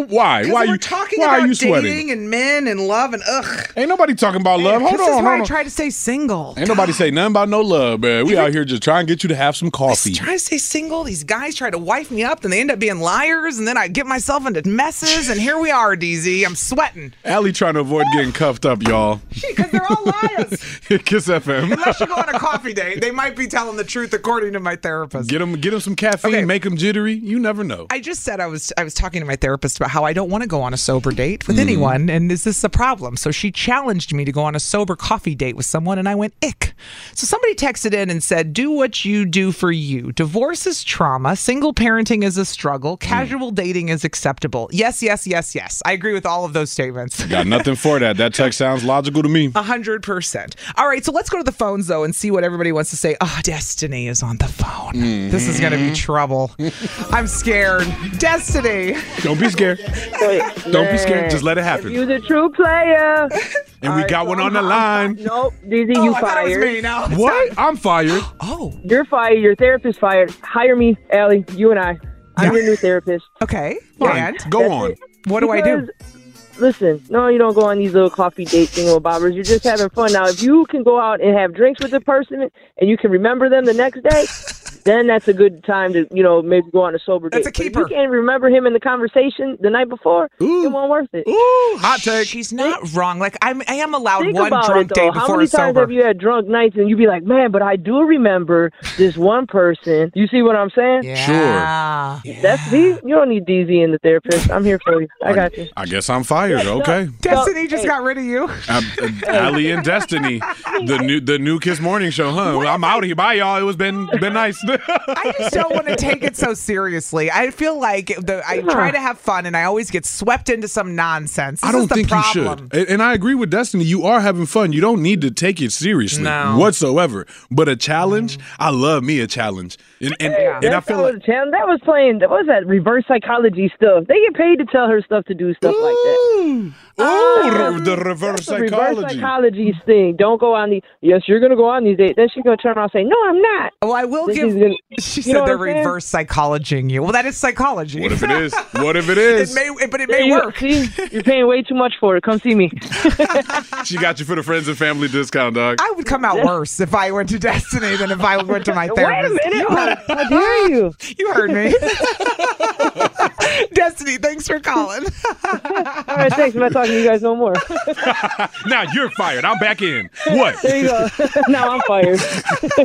Speaker 4: Why are you Why are you sweating?
Speaker 3: and men and love and ugh.
Speaker 4: Ain't nobody talking about love. Hold
Speaker 3: this is
Speaker 4: on.
Speaker 3: why
Speaker 4: Hold
Speaker 3: I
Speaker 4: on.
Speaker 3: try to stay single.
Speaker 4: Ain't nobody say nothing about no love, man. We out here just trying to get you to have some coffee.
Speaker 3: Try to stay single. These guys try to wife me up, and they end up being liars, and then I get myself into messes, and here we are, DZ. I'm sweating.
Speaker 4: Allie trying to avoid getting cuffed up, y'all.
Speaker 3: Because they're all liars.
Speaker 4: Kiss FM.
Speaker 3: Unless you go on a coffee date, they might be telling the truth according to my therapist.
Speaker 4: Get him, get him some caffeine,
Speaker 3: Okay.
Speaker 4: make him jittery. You never know.
Speaker 3: I just said I was I was talking to my therapist about how I don't want to go on a sober date
Speaker 4: Mm.
Speaker 3: with anyone, and is this a problem? So she challenged me to go on a sober coffee date with someone, and I went ick. So somebody texted in and said, "Do what you do for you. Divorce is trauma. Single parenting is a struggle.
Speaker 4: Mm.
Speaker 3: Casual dating is acceptable." Yes, yes, yes, yes. I agree with all of those statements.
Speaker 4: Got nothing for that. That text sounds logical to me.
Speaker 3: A hundred percent. All right, so let's go to the phones though and see what everybody wants to say. Oh, Destiny is on the phone. Oh, This
Speaker 4: Mm-hmm.
Speaker 3: is gonna be trouble. I'm scared. Destiny.
Speaker 4: Don't be scared. Don't be scared. Just let it happen.
Speaker 12: You the true player.
Speaker 4: And we got one on the line.
Speaker 12: Nope, DZ,
Speaker 3: Oh,
Speaker 12: you
Speaker 3: I thought it was
Speaker 12: fired.
Speaker 3: me. No.
Speaker 4: What? I'm fired.
Speaker 3: Oh,
Speaker 12: You're fired. Your therapist fired. Hire me, Allie. You and I. I'm your new therapist.
Speaker 3: okay.
Speaker 4: Fine.
Speaker 3: And
Speaker 4: Go on.
Speaker 3: what do I do?
Speaker 12: Because, Listen, no, you don't go on these little coffee date thingamabobbers. You're just having fun. Now, if you can go out and have drinks with the person and you can remember them the next day, then that's a good time to, you know, maybe go on a sober
Speaker 3: That's
Speaker 12: date.
Speaker 3: a
Speaker 12: But if
Speaker 3: keeper.
Speaker 12: you can't remember him in the conversation the night before, it won't worth it.
Speaker 4: Ooh, hot take.
Speaker 3: She's not wrong. Like I'm, I am allowed
Speaker 12: Think
Speaker 3: one
Speaker 12: about
Speaker 3: drunk
Speaker 12: it, though.
Speaker 3: date
Speaker 12: How
Speaker 3: before
Speaker 12: many
Speaker 3: it's
Speaker 12: times
Speaker 3: sober.
Speaker 12: have you had drunk nights and you be like, man, but I do remember this one person. You see what I'm saying?
Speaker 3: yeah. Sure.
Speaker 12: That's me. You don't need DZ in the therapist. I'm here for you. I got you.
Speaker 4: I guess I'm fired. Okay.
Speaker 3: Destiny
Speaker 12: Hey.
Speaker 3: just got rid of you.
Speaker 4: Um, uh, Ali and Destiny, the new the new Kiss Morning Show, huh? Well, I'm out of here. Bye, y'all. It was been been nice.
Speaker 3: I just don't want to take it so seriously. I feel like the, I try to have fun, and I always get swept into some nonsense. This
Speaker 4: I
Speaker 3: is
Speaker 4: don't
Speaker 3: the
Speaker 4: think you should.
Speaker 3: problem.
Speaker 4: And, and I agree with Destiny. You are having fun. You don't need to take it seriously
Speaker 3: No.
Speaker 4: whatsoever. But a challenge, I love me a challenge. And and, and I
Speaker 12: That's
Speaker 4: feel
Speaker 12: all
Speaker 4: like
Speaker 12: the town- that was playing. That was that reverse psychology stuff. They get paid to tell her stuff to do stuff like that.
Speaker 4: ooh, ooh, Mm. Oh, the reverse
Speaker 12: The Reverse
Speaker 4: psychology.
Speaker 12: psychology thing. Don't go on the. Yes, you're gonna go on these dates. Then she's gonna turn around and say, No, I'm not.
Speaker 3: Well, I will
Speaker 12: This
Speaker 3: give.
Speaker 12: is gonna-
Speaker 3: she
Speaker 12: you
Speaker 3: said
Speaker 12: know what
Speaker 3: they're
Speaker 12: I'm saying?
Speaker 3: reverse psychologying you. Well, that is psychology.
Speaker 4: What if it is? What if it
Speaker 3: It
Speaker 4: is?
Speaker 3: may, but it
Speaker 12: There
Speaker 3: may
Speaker 12: you go.
Speaker 3: work.
Speaker 12: See, you're paying way too much for it. Come see me.
Speaker 4: she got you for the friends and family discount, dog.
Speaker 3: I would come out worse if I went to Destiny than if I went to my
Speaker 12: Wait a Oh,
Speaker 3: therapist.
Speaker 12: minute. How, how dare you?
Speaker 3: You heard me. Destiny, thanks for calling.
Speaker 12: All right, thanks. I'm not talking to you guys no more.
Speaker 10: now you're fired. I'm back in. What?
Speaker 12: There you go. now I'm fired.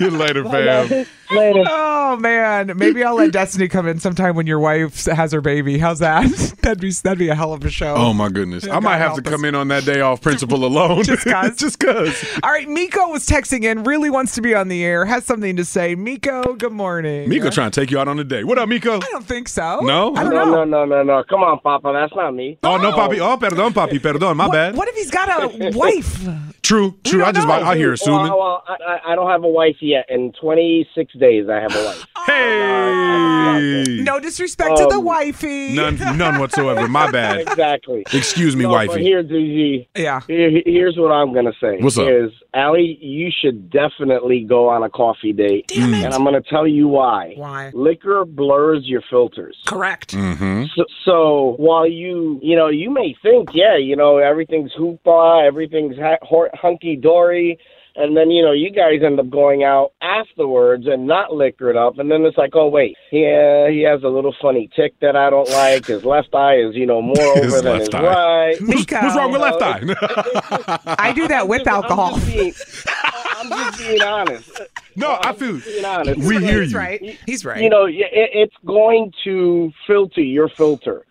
Speaker 4: Later,
Speaker 12: guys. Later.
Speaker 3: Oh man, maybe I'll let Destiny come in sometime when your wife has her baby. How's that? that'd be that'd be a hell of a show.
Speaker 4: Oh my goodness. I might
Speaker 3: God
Speaker 4: have to
Speaker 3: help
Speaker 4: come in on that day off principle alone.
Speaker 3: Just 'cause.
Speaker 4: Just cause.
Speaker 3: All right, Miko was texting in. Really wants to be on the air. Has something to say. Miko, good morning.
Speaker 4: Miko trying to take you out on a date. What up, Miko?
Speaker 3: I don't think so.
Speaker 4: No?
Speaker 3: I don't
Speaker 4: No,
Speaker 3: know.
Speaker 13: No,
Speaker 4: no,
Speaker 13: no, no. Come on, Papa. That's not me.
Speaker 4: Oh no, papi. Oh, perdón, papi. Perdón. My bad.
Speaker 3: What if he's got a wife?
Speaker 4: True, true. I just about out here assuming.
Speaker 13: Well, well, I, I- I don't have a wife yet. In 26 days, I have a wife. Um,
Speaker 4: Hey.
Speaker 3: Oh, No disrespect to the wifey.
Speaker 4: None, none whatsoever. My bad.
Speaker 13: Exactly.
Speaker 4: Excuse me,
Speaker 13: No, but
Speaker 4: wifey.
Speaker 13: Here, DG.
Speaker 3: Yeah.
Speaker 13: Here, here's what I'm gonna say.
Speaker 4: What's up?
Speaker 13: Is Allie, you should definitely go on a coffee date.
Speaker 4: Damn it.
Speaker 13: And I'm gonna tell you why.
Speaker 3: Why?
Speaker 13: Liquor blurs your filters.
Speaker 3: Correct.
Speaker 4: Mm-hmm.
Speaker 13: So, so while you you know you may think yeah you know everything's hoopla everything's ha- hunky dory and then you know you guys end up going out afterwards and not liquored up and then it's like oh wait yeah he has a little funny tick that I don't like his left eye is you know more
Speaker 4: His
Speaker 13: over than
Speaker 4: left
Speaker 13: his
Speaker 4: eye.
Speaker 13: right
Speaker 3: Miko.
Speaker 4: What's wrong with left eye?
Speaker 3: I do that with alcohol.
Speaker 13: I'm just being, I'm just being honest
Speaker 4: No, I
Speaker 13: being
Speaker 4: feel.
Speaker 13: honest
Speaker 4: We hear
Speaker 3: He's
Speaker 4: you.
Speaker 3: right. He's right.
Speaker 13: you know y- it, it's going to filter your filter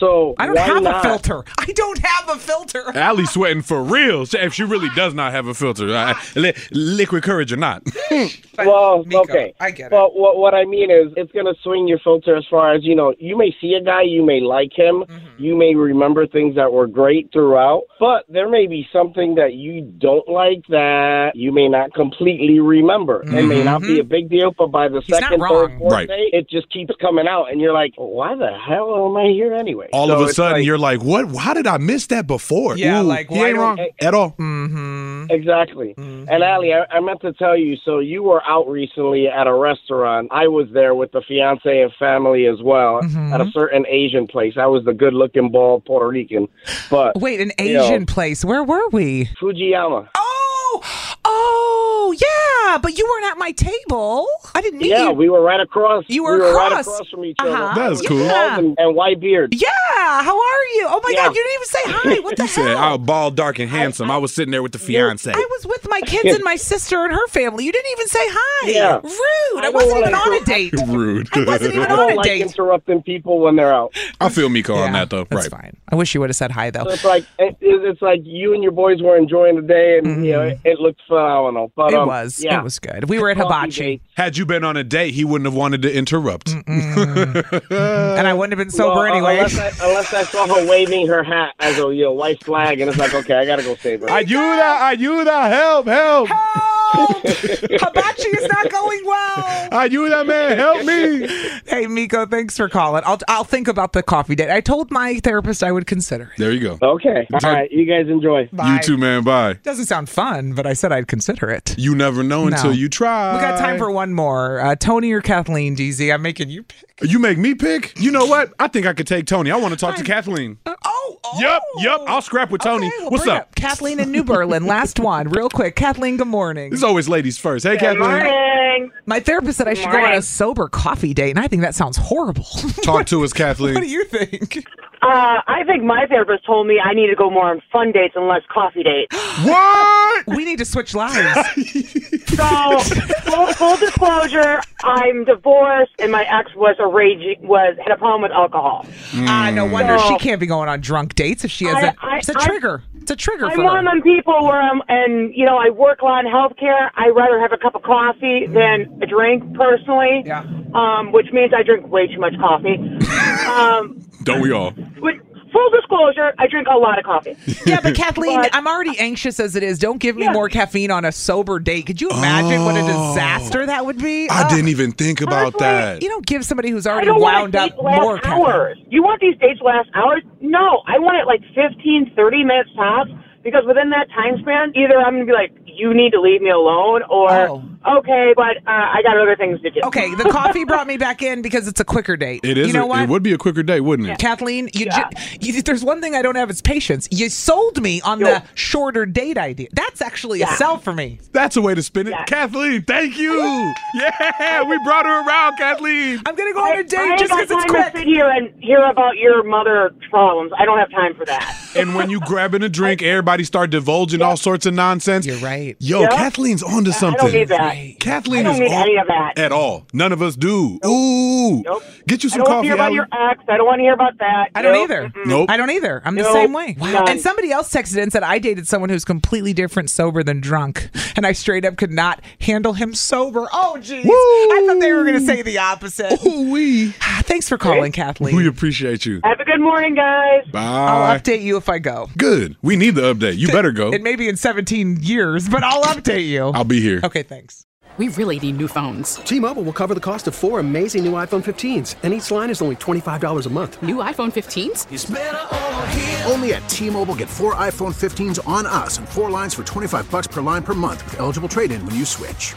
Speaker 13: so
Speaker 3: I don't
Speaker 13: why
Speaker 3: have
Speaker 13: not?
Speaker 3: a filter. I don't have a filter.
Speaker 4: Allie sweating for real. She- If she really does not have a filter, I- li- liquid courage or not.
Speaker 13: Well,
Speaker 3: Miko,
Speaker 13: okay.
Speaker 3: I get it.
Speaker 13: But what, what I mean is, it's going to swing your filter as far as, you know, you may see a guy, you may like him,
Speaker 3: Mm-hmm.
Speaker 13: you may remember things that were great throughout, but there may be something that you don't like that you may not completely remember. It may not be a big deal, but by the
Speaker 3: Mm-hmm. He's not
Speaker 13: second,
Speaker 3: wrong.
Speaker 13: third, fourth
Speaker 4: Right.
Speaker 13: day, it just keeps coming out, and you're like, why the hell am I here anyway?
Speaker 4: All
Speaker 13: So
Speaker 4: of a
Speaker 13: it's
Speaker 4: sudden,
Speaker 13: like-
Speaker 4: you're like, "What? How did I miss that before?"
Speaker 3: Yeah,
Speaker 4: Ooh,
Speaker 3: like,
Speaker 4: he
Speaker 3: why
Speaker 4: ain't
Speaker 3: don't-
Speaker 4: wrong at all.
Speaker 3: Mm-hmm.
Speaker 13: Exactly. And Ali, I, I meant to tell you. So you were out recently at a restaurant. I was there with the fiance and family as well at
Speaker 3: Mm-hmm.
Speaker 13: a certain Asian place. I was the good-looking bald Puerto Rican, but
Speaker 3: Wait, an
Speaker 13: You know.
Speaker 3: Asian place. Where were we?
Speaker 13: Fujiyama.
Speaker 3: Oh, oh, yeah. But you weren't at my table. I didn't meet
Speaker 13: Yeah,
Speaker 3: you.
Speaker 13: we were right across.
Speaker 3: You were
Speaker 13: we were right
Speaker 3: across.
Speaker 13: across from each
Speaker 3: Uh-huh.
Speaker 13: other.
Speaker 4: That is
Speaker 13: With
Speaker 4: cool.
Speaker 13: bald And, and white beard.
Speaker 3: yeah. How are you? Oh my
Speaker 13: Yeah.
Speaker 3: God, you didn't even say hi. What the
Speaker 4: He said,
Speaker 3: hell?
Speaker 4: "I was bald, dark, and handsome. I, was sitting there with the fiance."
Speaker 3: I was with my kids and my sister and her family. You didn't even say hi.
Speaker 13: Yeah.
Speaker 3: Rude. I,
Speaker 13: don't
Speaker 3: wasn't
Speaker 13: wanna
Speaker 3: even on a
Speaker 13: interrupt-
Speaker 3: date.
Speaker 4: Rude.
Speaker 3: I wasn't even
Speaker 13: I
Speaker 3: on
Speaker 13: don't
Speaker 3: a
Speaker 13: like
Speaker 3: date.
Speaker 13: interrupting people when they're out.
Speaker 4: I feel Miko on that though.
Speaker 3: That's
Speaker 4: right.
Speaker 3: fine. I wish you would have said hi though.
Speaker 13: So it's like it, it's like you and your boys were enjoying the day, and you know it, it looked phenomenal. But
Speaker 3: Mm-hmm. it
Speaker 13: um,
Speaker 3: was.
Speaker 13: Yeah.
Speaker 3: It was good. We were at
Speaker 13: Coffee
Speaker 3: Hibachi, Mm.
Speaker 13: date.
Speaker 4: Had you been on a date, he wouldn't have wanted to interrupt.
Speaker 3: and I wouldn't have been sober
Speaker 13: Well, uh,
Speaker 3: anyway.
Speaker 13: Unless I, unless I saw her waving her hat as a you know, white flag, and it's like, okay, I gotta go save her.
Speaker 4: Ayuda, ayuda, help, help.
Speaker 3: Help! Hibachi is not going well.
Speaker 4: Ayuda, man, help me.
Speaker 3: Hey, Miko, thanks for calling. I'll I'll think about the coffee date. I told my therapist I would consider it.
Speaker 4: There you go.
Speaker 13: okay, all right, you guys enjoy.
Speaker 3: Bye.
Speaker 4: You too, man. Bye.
Speaker 3: Doesn't sound fun, but I said I'd consider it.
Speaker 4: You never know until
Speaker 3: No.
Speaker 4: you try.
Speaker 3: We got time for one more. Uh, Tony or Kathleen, DZ? I'm making you pick.
Speaker 4: You make me pick. You know what? I think I could take Tony. I want to talk to Kathleen.
Speaker 3: Oh, oh.
Speaker 4: Yep, yep. I'll scrap with Tony.
Speaker 3: Okay, well,
Speaker 4: What's
Speaker 3: bring
Speaker 4: up?
Speaker 3: it Kathleen in New Berlin. Last one, real quick. Kathleen, good morning.
Speaker 4: It's always ladies first. Hey,
Speaker 6: Good
Speaker 4: Kathleen.
Speaker 6: morning.
Speaker 3: My therapist said I should go on
Speaker 6: morning.
Speaker 3: a sober coffee date, and I think that sounds horrible.
Speaker 4: Talk to us,
Speaker 3: what do
Speaker 4: Kathleen.
Speaker 3: you think?
Speaker 6: Uh, I think my therapist told me I need to go more on fun dates and less coffee dates.
Speaker 4: What?
Speaker 3: We need to switch lives.
Speaker 6: So, full, full disclosure, I'm divorced, and my ex was a raging was had a problem with alcohol.
Speaker 3: Ah,
Speaker 4: Mm.
Speaker 3: no wonder
Speaker 6: So-
Speaker 3: she can't be going on drunk dates if she has
Speaker 6: I-
Speaker 3: a.
Speaker 6: I-
Speaker 3: it's a
Speaker 6: I-
Speaker 3: trigger. it's a trigger for
Speaker 6: I'm
Speaker 3: her.
Speaker 6: one of them people where I'm, and you know, I work a lot in healthcare. I rather have a cup of coffee than a drink, personally.
Speaker 3: Mm. Yeah.
Speaker 6: Um, which means I drink way too much coffee. um,
Speaker 4: Don't we all?
Speaker 6: but full disclosure, I drink a lot of coffee.
Speaker 3: yeah, but Kathleen,
Speaker 6: But-
Speaker 3: I'm already anxious as it is. Don't give me
Speaker 6: Yeah.
Speaker 3: more caffeine on a sober date. Could you imagine what a
Speaker 4: Oh.
Speaker 3: disaster that would be?
Speaker 4: I
Speaker 3: Ugh.
Speaker 4: didn't even think about
Speaker 6: Honestly,
Speaker 4: that.
Speaker 3: You don't give somebody who's
Speaker 6: I
Speaker 3: already
Speaker 6: don't want
Speaker 3: wound
Speaker 6: dates
Speaker 3: up
Speaker 6: last
Speaker 3: more caffeine.
Speaker 6: hours. You want these dates last hours? No, I want it like 15, 30 minutes tops. Because within that time span, either I'm gonna be like, "You need to leave me alone," or
Speaker 3: Oh.
Speaker 6: okay, but uh, I got other things to do.
Speaker 3: Okay, the coffee brought me back in because it's a quicker date.
Speaker 4: It is.
Speaker 3: You know
Speaker 4: a,
Speaker 3: what?
Speaker 4: It would be a quicker day, wouldn't it?
Speaker 3: Kathleen, you, ju- you there's one thing I don't have is patience. You sold me on the shorter date idea. That's actually a
Speaker 4: Yeah.
Speaker 3: sell for me.
Speaker 4: That's a way to spin it. Kathleen, thank you. Yeah, we brought her around, Kathleen.
Speaker 3: I'm gonna go
Speaker 6: I,
Speaker 3: on a
Speaker 6: I
Speaker 3: date
Speaker 6: ain't
Speaker 3: just
Speaker 6: got
Speaker 3: because it's
Speaker 6: time
Speaker 3: quick.
Speaker 6: to sit here and hear about your mother problems. I don't have time for that.
Speaker 4: And when you grabbing a drink, everybody start divulging all sorts of nonsense. You're
Speaker 3: right.
Speaker 4: Yo,
Speaker 6: Yeah.
Speaker 4: Kathleen's on to
Speaker 6: I-
Speaker 4: something.
Speaker 6: I don't need that.
Speaker 4: Kathleen
Speaker 6: I don't
Speaker 4: is
Speaker 6: need
Speaker 4: on
Speaker 6: any of that.
Speaker 4: at all. None of us do. Ooh. Get you
Speaker 6: I
Speaker 4: some
Speaker 6: don't want to
Speaker 4: coffee,
Speaker 6: hear about
Speaker 4: Allie.
Speaker 6: your ex. I don't want to hear about that.
Speaker 3: I don't
Speaker 6: Nope.
Speaker 3: either.
Speaker 6: Mm-mm.
Speaker 4: Nope.
Speaker 3: I don't either. I'm the
Speaker 6: Nope.
Speaker 3: same way.
Speaker 6: Wow.
Speaker 3: And somebody else texted in said I dated someone who's completely different sober than drunk, and I straight up could not handle him sober. Oh jeez. I thought they were gonna say the opposite. Ah,
Speaker 4: Ooh Oh, wee.
Speaker 3: Thanks for calling, Kathleen.
Speaker 4: We appreciate you.
Speaker 6: Have a good morning, guys.
Speaker 4: Bye.
Speaker 3: I'll update you if I go.
Speaker 4: Good. We need the update. You better go.
Speaker 3: It may be in 17 years, but I'll update you.
Speaker 4: I'll be here.
Speaker 3: Okay, thanks.
Speaker 14: We really need new phones.
Speaker 15: T-Mobile will cover the cost of four amazing new iPhone 15s, and each line is only $25 a month.
Speaker 14: New iPhone 15s?
Speaker 16: Only at T-Mobile, get four iPhone 15s on us and four lines for 25 bucks per line per month with eligible trade-in when you switch.